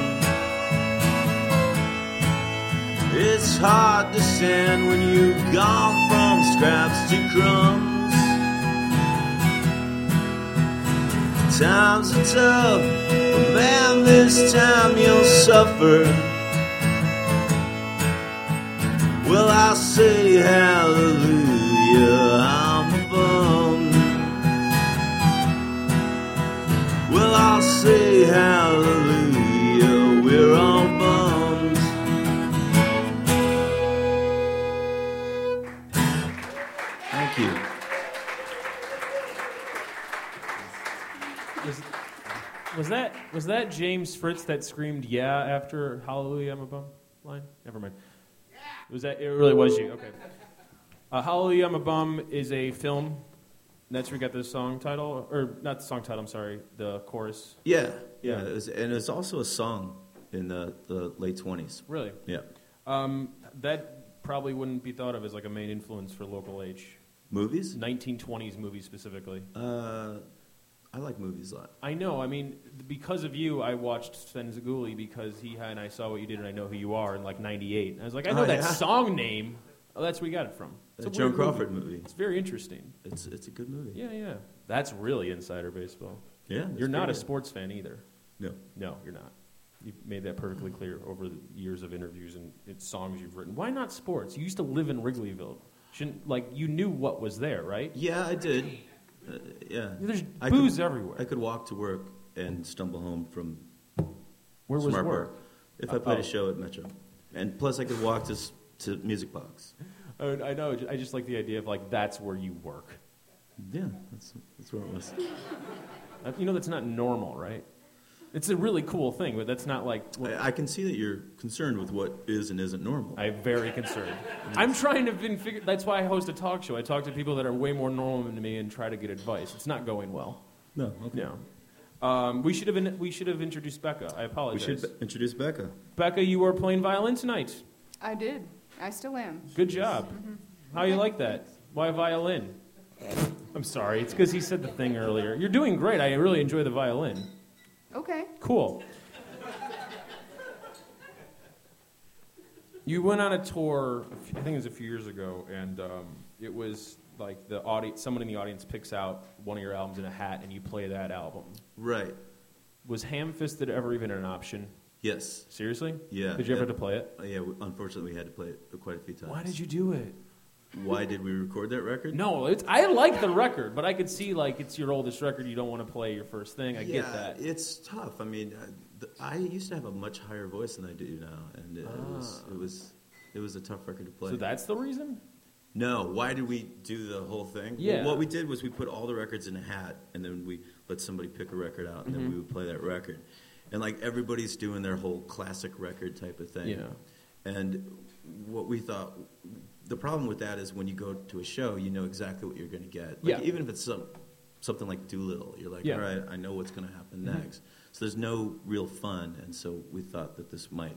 N: It's hard to stand when you've gone from scraps to crumbs. Times are tough, but man, this time you'll suffer. Well, I say hallelujah, I'm a bum. Well, I'll say hallelujah, we're all bums.
D: Was that James Fritz that screamed "Yeah" after "Hallelujah, I'm a bum" line? Never mind. Was that? It really was you. Okay. Uh, "Hallelujah, I'm a bum" is a film. and That's where we got the song title, or not the song title. I'm sorry, the chorus.
L: Yeah, yeah. It was, and it was also a song in the, the late 20s.
D: Really?
L: Yeah.
D: Um, that probably wouldn't be thought of as like a main influence for local H.
L: Movies?
D: 1920s movies specifically.
L: Uh, I like movies a lot.
D: I know. I mean, because of you, I watched Sven Zaguli because he and I saw what you did and I know who you are in like '98. I was like, I know
L: Oh,
D: that
L: yeah.
D: song name. Oh, that's where we got it from. It's
L: That
D: a
L: Joan
D: weird
L: Crawford movie.
D: It's very interesting.
L: It's, it's a good movie.
D: Yeah, yeah. That's really insider baseball.
L: Yeah, that's
D: You're not
L: pretty
D: a
L: good.
D: sports fan either.
L: No.
D: No, you're not. You've made that perfectly clear over the years of interviews and it's songs you've written. Why not sports? You used to live in Wrigleyville. Shouldn't, like, you knew what was there, right?
L: Yeah, I did. Uh, yeah.
D: There's
L: I
D: booze
L: could,
D: everywhere.
L: I could walk to work and stumble home from
D: Where was
L: Smart
D: work?
L: Bar if I played
D: Oh.
L: a show at Metro. And plus, I could walk to, s- to Music Box.
D: I, would- I know. I just like the idea of, like, that's where you work.
L: Yeah, that's, that's where it was.
D: Uh, You know, that's not normal, right? It's a really cool thing, but that's not like.
L: I, I can see that you're concerned with what is and isn't normal.
D: I'm very concerned. I'm trying to fin- figure. That's why I host a talk show. I talk to people that are way more normal than me and try to get advice. It's not going well.
L: No, okay.
D: No. Um, we should have in, we should have introduced Becca. I
L: We
D: apologize.
L: should be- introduce Becca.
D: Becca, you were playing violin tonight.
O: I did. I still am.
D: Good job. How you like that? Why violin? I'm sorry. It's because he said the thing earlier. You're doing great. I really enjoy the violin.
O: Okay.
D: Cool. You went on a tour, a few- I think it was a few years ago, and um, it was like the audience, someone in the audience picks out one of your albums in a hat and you play that album.
L: Right.
D: Was Ham Fisted ever even an option?
L: Yes.
D: Seriously?
L: Yeah.
D: Did you ever have
L: yeah.
D: to play it?
L: Uh, Yeah, we- unfortunately, we had to play it quite a few times.
D: Why did you do it?
L: Why did we record that record?
D: No, it's, I like the record, but I could see like it's your oldest record. You don't want to play your first thing. I
L: yeah,
D: get that.
L: It's tough. I mean, I, th- I used to have a much higher voice than I do now, and it, it was
D: Ah.
L: it was it was a tough record to play.
D: So that's the reason.
L: no. Why did we do the whole thing? Well,
D: Yeah.
L: what we did was we put all the records in a hat, and then we let somebody pick a record out, and then
D: Mhm.
L: we would play that record, and like everybody's doing their whole classic record type of thing.
D: Yeah.
L: And what we thought, the problem with that is when you go to a show, you know exactly what you're going to get. Like,
D: Yeah.
L: Even if it's some, something like Doolittle, you're like,
D: Yeah.
L: all right, I know what's going to happen
D: Mhm.
L: next. So there's no real fun, and so we thought that this might,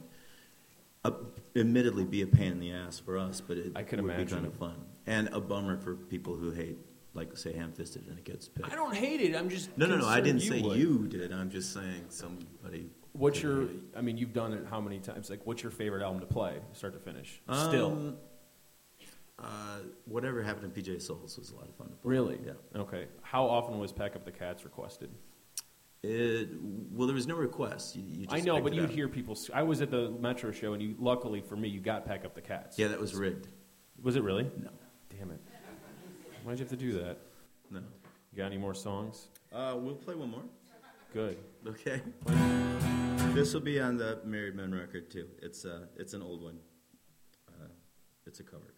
L: uh, admittedly, be a pain in the ass for us, but it
D: I can
L: would be
D: imagine.
L: kind of fun and a bummer for people who hate, like say, ham-fisted, and it gets picked.
D: I don't hate it. I'm just
L: No, no, no. I
D: concerned
L: didn't say
D: would.
L: you did. I'm just saying somebody.
D: What's your? I mean, you've done it how many times? Like, what's your favorite album to play, start to finish? Still,
L: Um, Uh, whatever happened to PJ Souls was a lot of fun to play.
D: really?
L: Yeah.
D: Okay. How often was "Pack Up the Cats" requested?
L: It, well, there was no request. You, you just
D: I know,
L: picked
D: but
L: it
D: you'd
L: up.
D: hear people. s- I was at the Metro show, and you luckily for me, you got "Pack Up the Cats."
L: Yeah, that was rigged.
D: Was it really?
L: No.
D: Damn it! Why'd you have to do that?
L: No.
D: You got any more songs?
L: Uh, we'll play one more.
D: Good.
L: Okay. This will be on the Married Men record too. It's uh, it's an old one. Uh, it's a cover.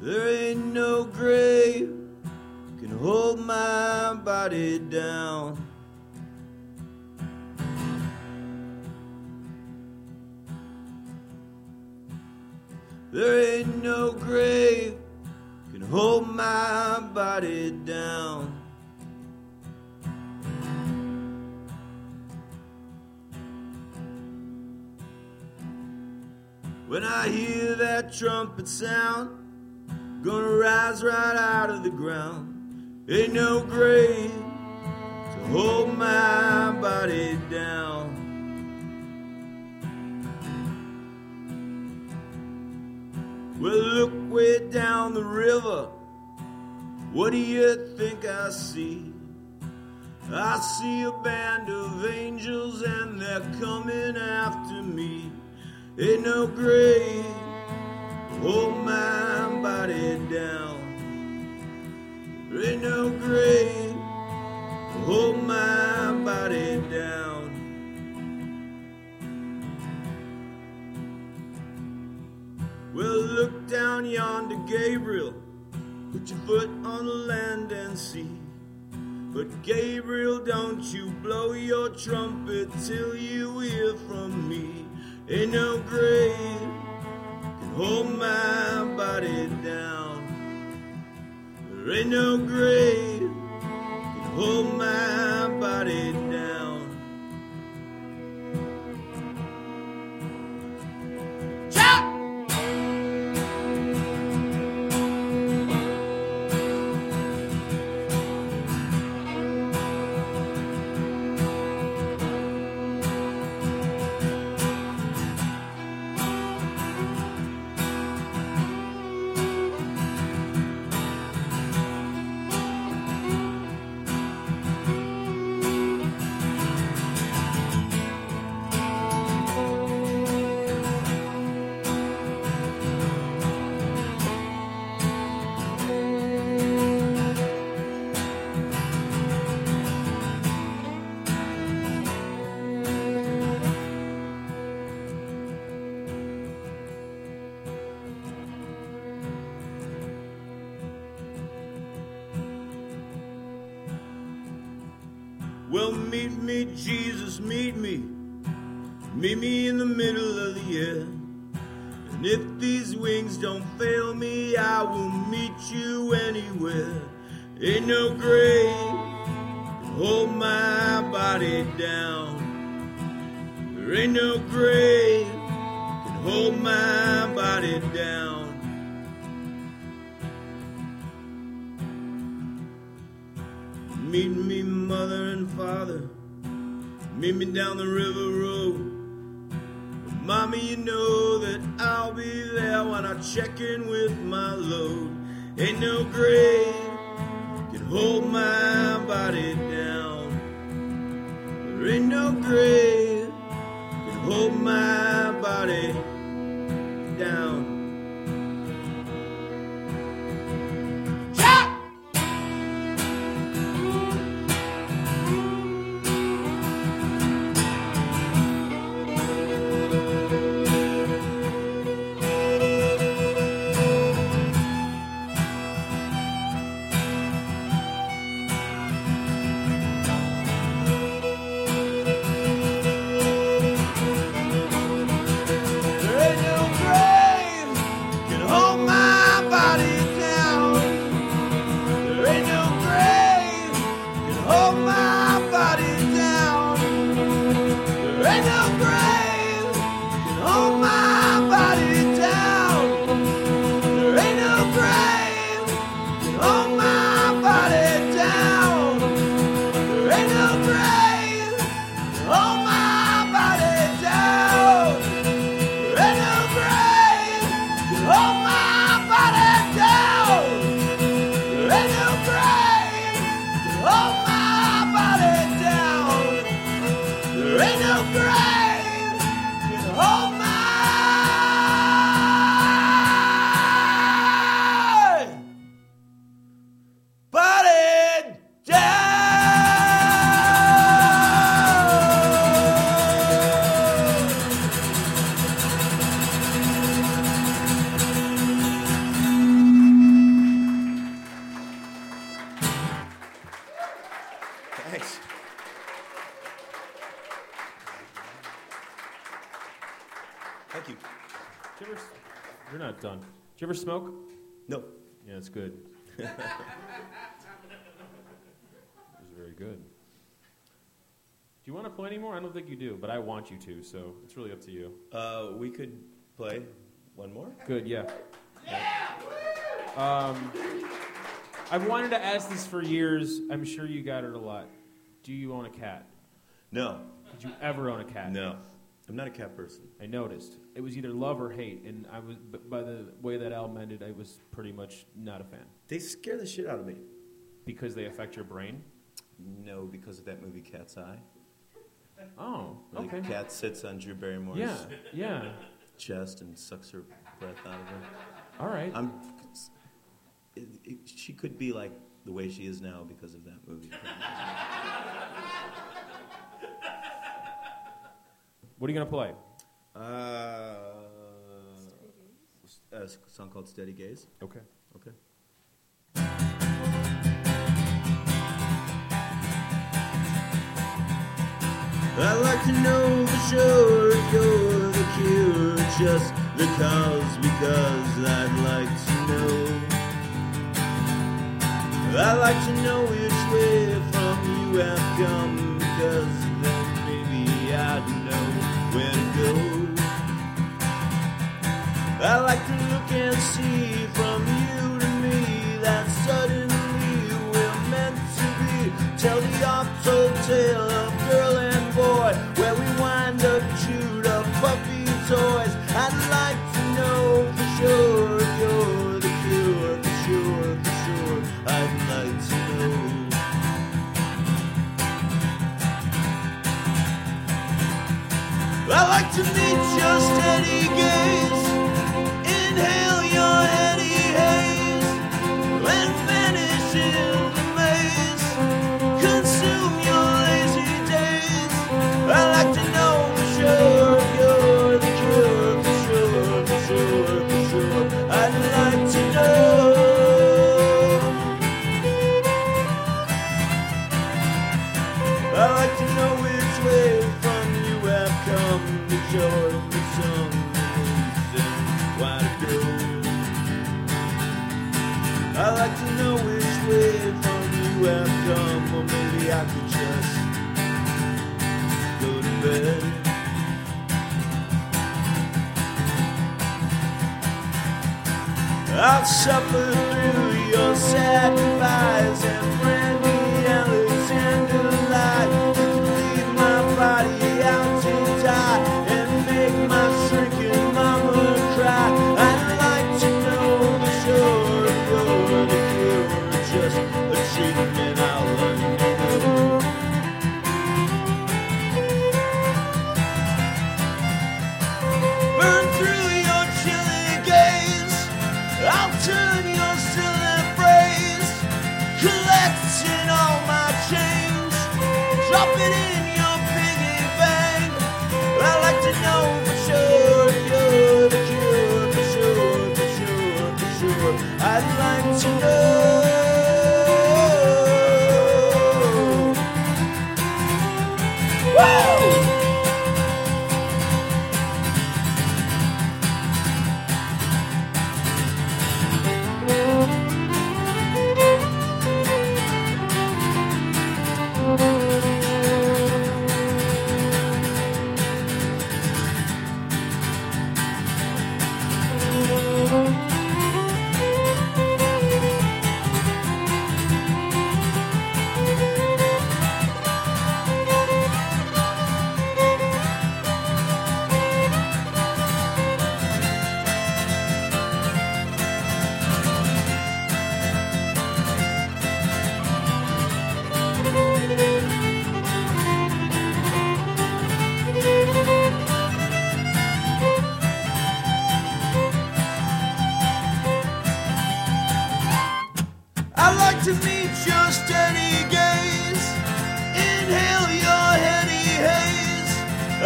M: There ain't no grave can hold my body down. There ain't no grave can hold my body down. When I hear that trumpet sound, gonna rise right out of the ground. Ain't no grave to hold my body down. Well, look way down the river. What do you think I see? I see a band of angels and they're coming after me. Ain't no grave hold my body down. There ain't no grave
N: hold my body down. Well, look down yonder, Gabriel. Put your foot on the land and see. But Gabriel, don't you blow your trumpet till you hear from me. Ain't no grave can hold my body down. There ain't no grave can hold my body down. Well, meet me, Jesus, meet me. Meet me in the middle of the air. And if these wings don't fail me, I will meet you anywhere. Ain't no grave can hold my body down. There ain't no grave can hold my body down. Meet me, mother and father. Meet me down the river road. Mama, you know that I'll be there when I check in with my load. Ain't no grave can hold my body down. There ain't no grave can hold my body down. There ain't no grave can hold my body down. There ain't no grave can hold my body down. There ain't no grave can hold my body down. There ain't no grave can hold my body down. There ain't no grave can hold my body down. There ain't no grave can hold my body down. There ain't no grave can hold my body down. There ain't no grave oh, can hold my body down.
J: Thanks.
L: Thank you.
D: Did you ever s- You're not done. Did you ever smoke?
L: No.
D: Yeah, it's good. it's very good. Do you want to play anymore? I don't think you do, but I want you to, so it's really up to you.
L: Uh, we could play one more.
D: Good, yeah. Um, I've wanted to ask this for years. I'm sure you got it a lot. Do you own a cat?
L: No.
D: Did you ever own a cat?
L: No. I'm not a cat person.
D: I noticed it was either love or hate, and I was but by the way that album ended, I was pretty much not a fan
L: They scare the shit out of me.
D: because they affect your brain.
L: No, because of that movie Cat's Eye.
D: Oh,
L: Where
D: okay.
L: The cat sits on Drew Barrymore's
D: Yeah, yeah.
L: chest and sucks her breath out of her.
D: All right.
L: I'm. It, it, she could be like the way she is now because of that movie.
H: What are you going to play?
L: Uh, a song called Steady Gaze.
H: Okay.
L: Okay.
M: I'd like to know for sure if you're the cure, or just the cause, because I'd like to know. I'd like to know which way from you have come, because then maybe I'd know where to go. I'd like to look and see from you to me that suddenly we're meant to be. Tell the opto tale of girl and boy, where we wind up chewed up puppy toys. I'd like to know for sure if you're the cure, for sure, for sure. I'd like to know. I'd like to meet your steady gaze, inhale your heady haze, and vanish in the maze, consume your lazy days. I'd like to know for sure if you're the cure, for sure, for sure, for sure. I'd like to know. I'd like to know which way from you have come to show me some reason why to go. I'd like to know which way from you have come, or maybe I could just go to bed. I'll suffer through your sad goodbyes and Brandy Alexander lies. Leave my body out to die and make my shrinking mama cry. I'd like to know for sure if you're the cure or just a treatment I'll undergo. Burn through your chilly gaze. I'll turn your silly phrase, collecting all my change, drop it in your piggy bank. I like to know for sure if you're the cure, for sure, for sure, for sure. I'd like to know. Woo! I'd like to meet your steady gaze. Inhale your heady haze.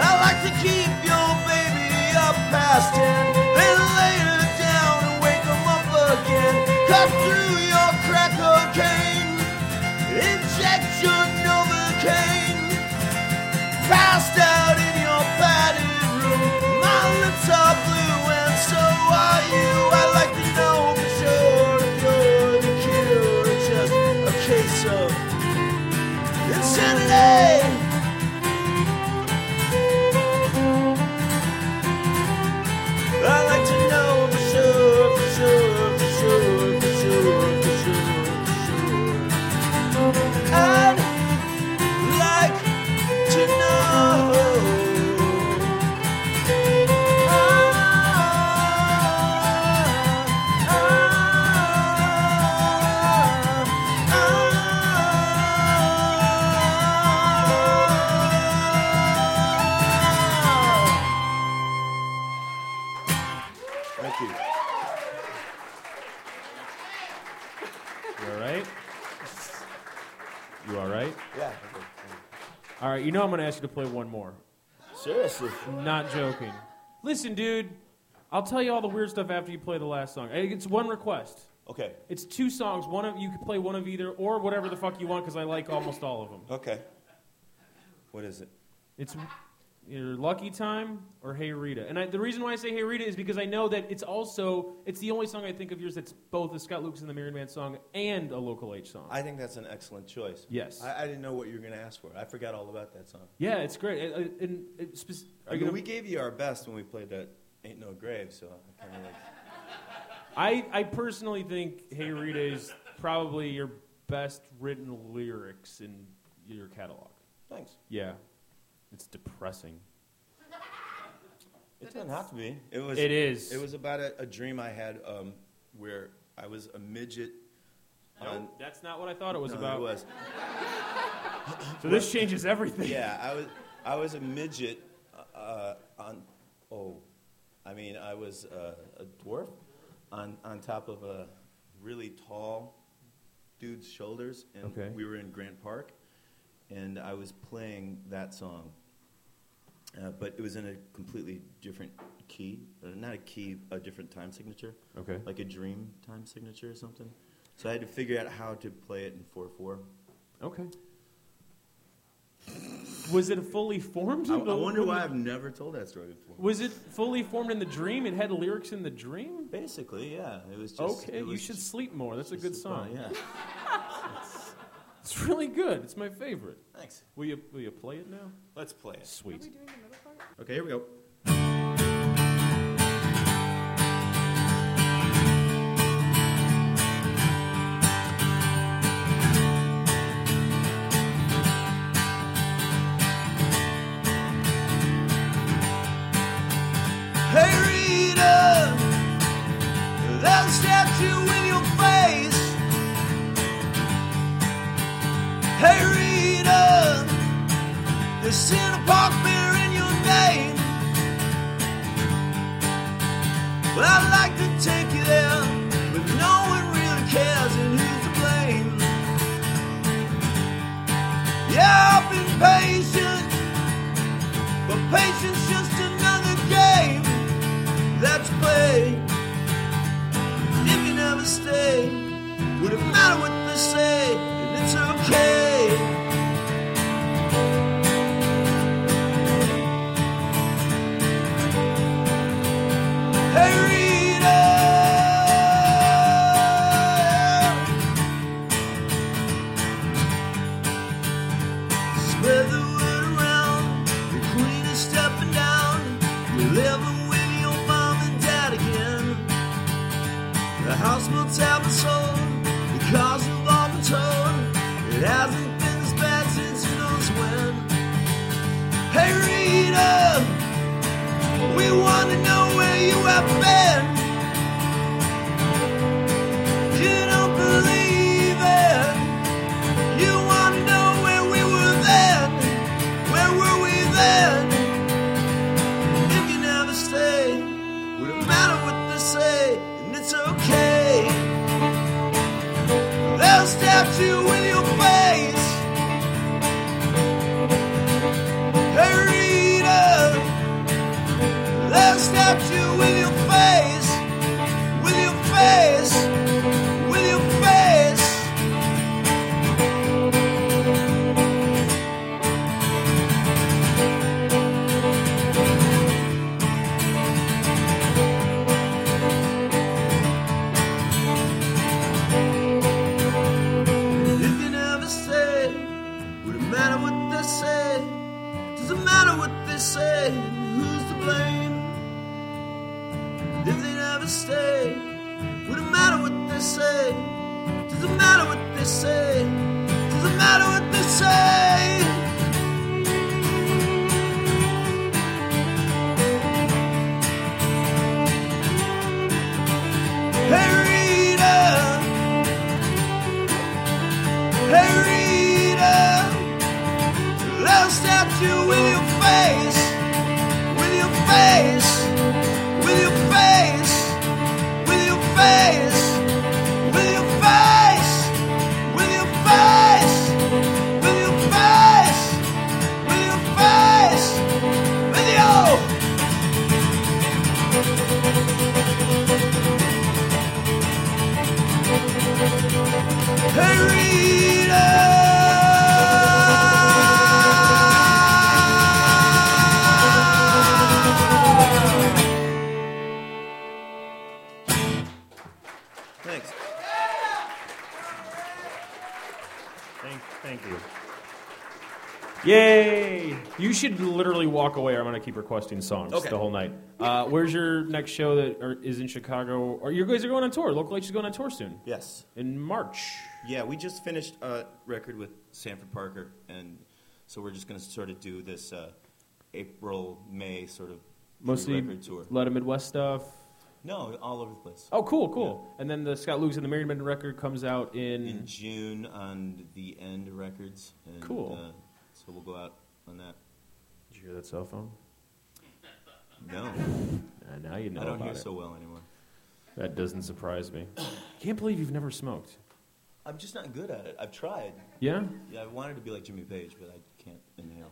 M: I like to keep your baby up past ten. Then lay her down and wake 'em up again. Cut through your crack cocaine. Inject your novocaine. Passed out in your padded room. My lips are blue and so are you. I'd like to know for sure if you're the cure or just a case of insanity. I'd like to know for sure, for sure, for sure, for sure, for sure, for sure. I'd like to know.
D: you know I'm going to ask you to play one more.
L: Seriously?
D: Not joking. Listen, dude, I'll tell you all the weird stuff after you play the last song. Hey, It's one request.
L: Okay.
D: It's two songs. One of you can play one of either or whatever the fuck you want because I like almost all of them.
L: Okay. What is it?
D: It's either Lucky Time or Hey Rita. And I, the reason why I say Hey Rita is because I know that it's also it's the only song I think of yours that's both a Scott Lucas and the Married Man song and a Local H song.
L: I think that's an excellent choice.
D: Yes.
L: I, I didn't know what you were going to ask for. I forgot all about that song.
D: Yeah, it's great. It- it- and it's spec-
L: I
D: are you
L: mean,
D: gonna-
L: we gave you our best when we played that Ain't No Grave, so I kind of like.
D: I, I personally think Hey Rita is probably your best written lyrics in your catalog.
L: Thanks.
D: Yeah. It's depressing.
L: It doesn't have to be. It was.
D: It is.
L: It was about a, a dream I had um, where I was a midget.
D: No,
L: on-
D: that's not what I thought it was
L: No,
D: about.
L: It was.
D: So this changes everything.
L: Yeah, I was. I was a midget uh, on. Oh, I mean, I was uh, a dwarf on on top of a really tall dude's shoulders, and
D: Okay.
L: we were in Grant Park, and I was playing that song. Uh, but it was in a completely different key, uh, not a key, a different time signature.
D: Okay.
L: Like a dream time signature or something. So I had to figure out how to play it in four four.
D: Okay. Was it fully formed?
L: I,
D: in the-
L: I wonder why I've never told that story before.
D: Was it fully formed in the dream? It had lyrics in the dream?
L: Basically, yeah. It was just-
D: Okay,
L: it
D: you
L: was
D: should sleep more. That's a good song.
L: fun, yeah.
D: it's, it's really good. It's my favorite.
L: Thanks.
D: Will you, will you play it now?
L: Let's play it.
D: Sweet.
L: Okay, here we go.
M: Hey Rita, that statue in your face. Hey Rita, the center park beer in your name. Well, I'd like to take you there, but no one really cares and who's to blame. Yeah, I've been patient, but patience just another game that's played. And if you never stay, would it matter what they say? And it's okay. Hey Rita, spread the word around. The queen is stepping down. You're living with your mom and dad again. The house must have been sold. The cars have all been told. It hasn't been as bad since who knows when. Hey Rita, we want to know where you have been. You don't believe it. You want to know where we were then. Where were we then? If you never stay, would it matter what they say? And it's okay. They'll stab you in your face. Hey, Rita. They'll stab you in your face. With your face. With your face. If you never say, would it matter what they say? Does it matter what they say? Who's to blame? If they never stay, would it matter what they say? Does it matter what they say? Does it matter what they say? Hey Rita, Hey Rita, love stabbed you with your face, with your face, with your face, with your face, with your face, with your face, with your face, with
D: Yay! You should literally walk away. Or I'm gonna keep requesting songs
G: Okay.
D: the whole night. Uh, where's your next show that are, is in Chicago? Or you guys are going on tour? Local H is going on tour soon.
L: Yes.
D: In March.
L: Yeah, we just finished a record with Sanford Parker, and so we're just going to sort of do this uh, April, May sort of
D: Mostly
L: record tour.
D: a lot of Midwest stuff.
L: No, all over the place.
D: Oh, cool, cool. And then the Scott Lucas and the Married Men record comes out in.
L: In June on the End Records. And,
D: Cool.
L: Uh, so we'll go out on that.
D: Did you hear that cell phone?
L: No.
D: Uh, now you know.
L: I don't
D: about
L: hear
D: it.
L: so well anymore.
D: That doesn't surprise me. Can't believe you've never smoked.
L: I'm just not good at it. I've tried.
D: Yeah?
L: Yeah, I wanted to be like Jimmy Page, but I can't inhale.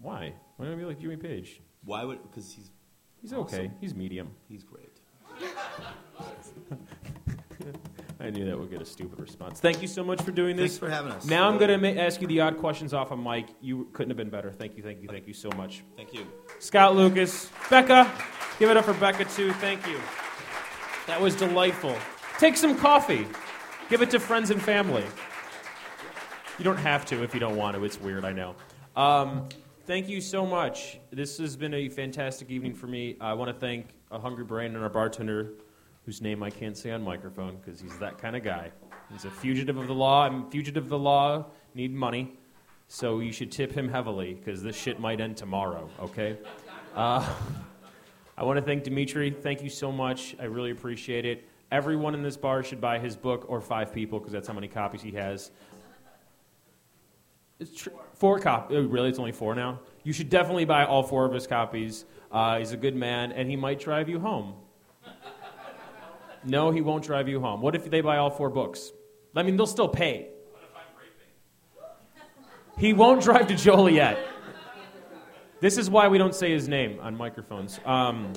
D: Why? Why don't you be like Jimmy Page?
L: Why would? Because he's
D: He's okay.
L: awesome.
D: He's medium.
L: He's great.
D: I knew that would get a stupid response. Thank you so much for doing this.
L: Thanks for having us.
D: Now I'm going to ma- ask you the odd questions off of Mike. You couldn't have been better. Thank you, thank you, thank you so much.
L: Thank you.
D: Scott Lucas, Becca, give it up for Becca too. Thank you. That was delightful. Take some coffee. Give it to friends and family. You don't have to if you don't want to. It's weird, I know. Um, thank you so much. This has been a fantastic evening for me. I want to thank a hungry brain and our bartender, whose name I can't say on microphone because he's that kind of guy. He's a fugitive of the law. I'm fugitive of the law. Need money, so you should tip him heavily because this shit might end tomorrow. Okay. Uh, I want to thank Dimitri. Thank you so much. I really appreciate it. Everyone in this bar should buy his book, or five people, because that's how many copies he has. It's tr- four copies. Really, it's only four now. You should definitely buy all four of his copies. Uh, he's a good man, and he might drive you home. No, he won't drive you home. What if they buy all four books? I mean, they'll still pay. He won't drive to Joliet. This is why we don't say his name on microphones. Um,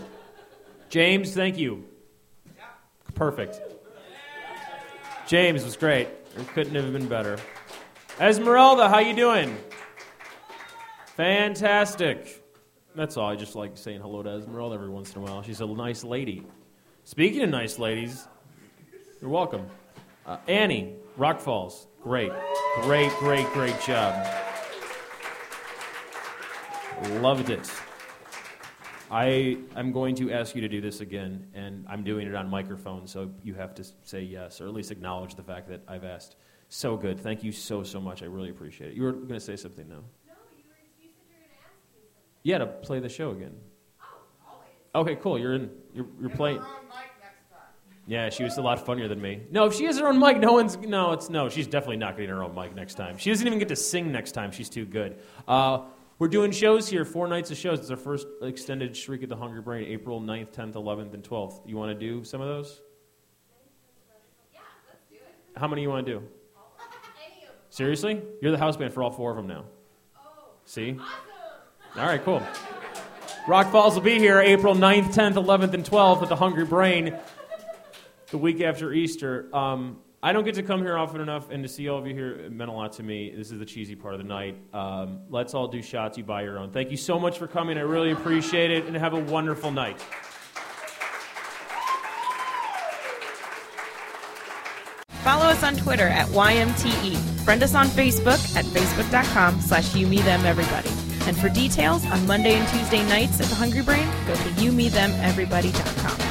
D: James, thank you. Perfect. James was great. It couldn't have been better. Esmeralda, how you doing? Fantastic. That's all. I just like saying hello to Esmeralda every once in a while. She's a nice lady. Speaking of nice ladies, you're welcome. Uh, Annie, Rock Falls. Great. Great, great, great job. Loved it. I am going to ask you to do this again, and I'm doing it on microphone, so you have to say yes, or at least acknowledge the fact that I've asked. So good. Thank you so, so much. I really appreciate it. You were going to say something now. Yeah, to play the show again. Okay, cool. You're in. You're, you're playing. Yeah, she was a lot funnier than me. No, if she has her own mic, no one's. No, it's no. She's definitely not getting her own mic next time. She doesn't even get to sing next time. She's too good. Uh, we're doing shows here, four nights of shows. It's our first extended Shriek of the Hungry Brain, April 9th, 10th, 11th, and 12th. You want to do some of those? How many you want to do? Seriously? You're the house band for all four of them now. See? All right, cool. Rock Falls will be here April 9th, 10th, 11th, and 12th at the Hungry Brain the week after Easter. Um, I don't get to come here often enough, and to see all of you here it meant a lot to me. This is the cheesy part of the night. Um, let's all do shots. You buy your own. Thank you so much for coming. I really appreciate it, and have a wonderful night.
F: Follow us on Twitter at YMTE. E. Friend us on Facebook at facebook.com slash youmethemeverybody. And for details on Monday and Tuesday nights at the Hungry Brain, go to youmethemeverybody.com.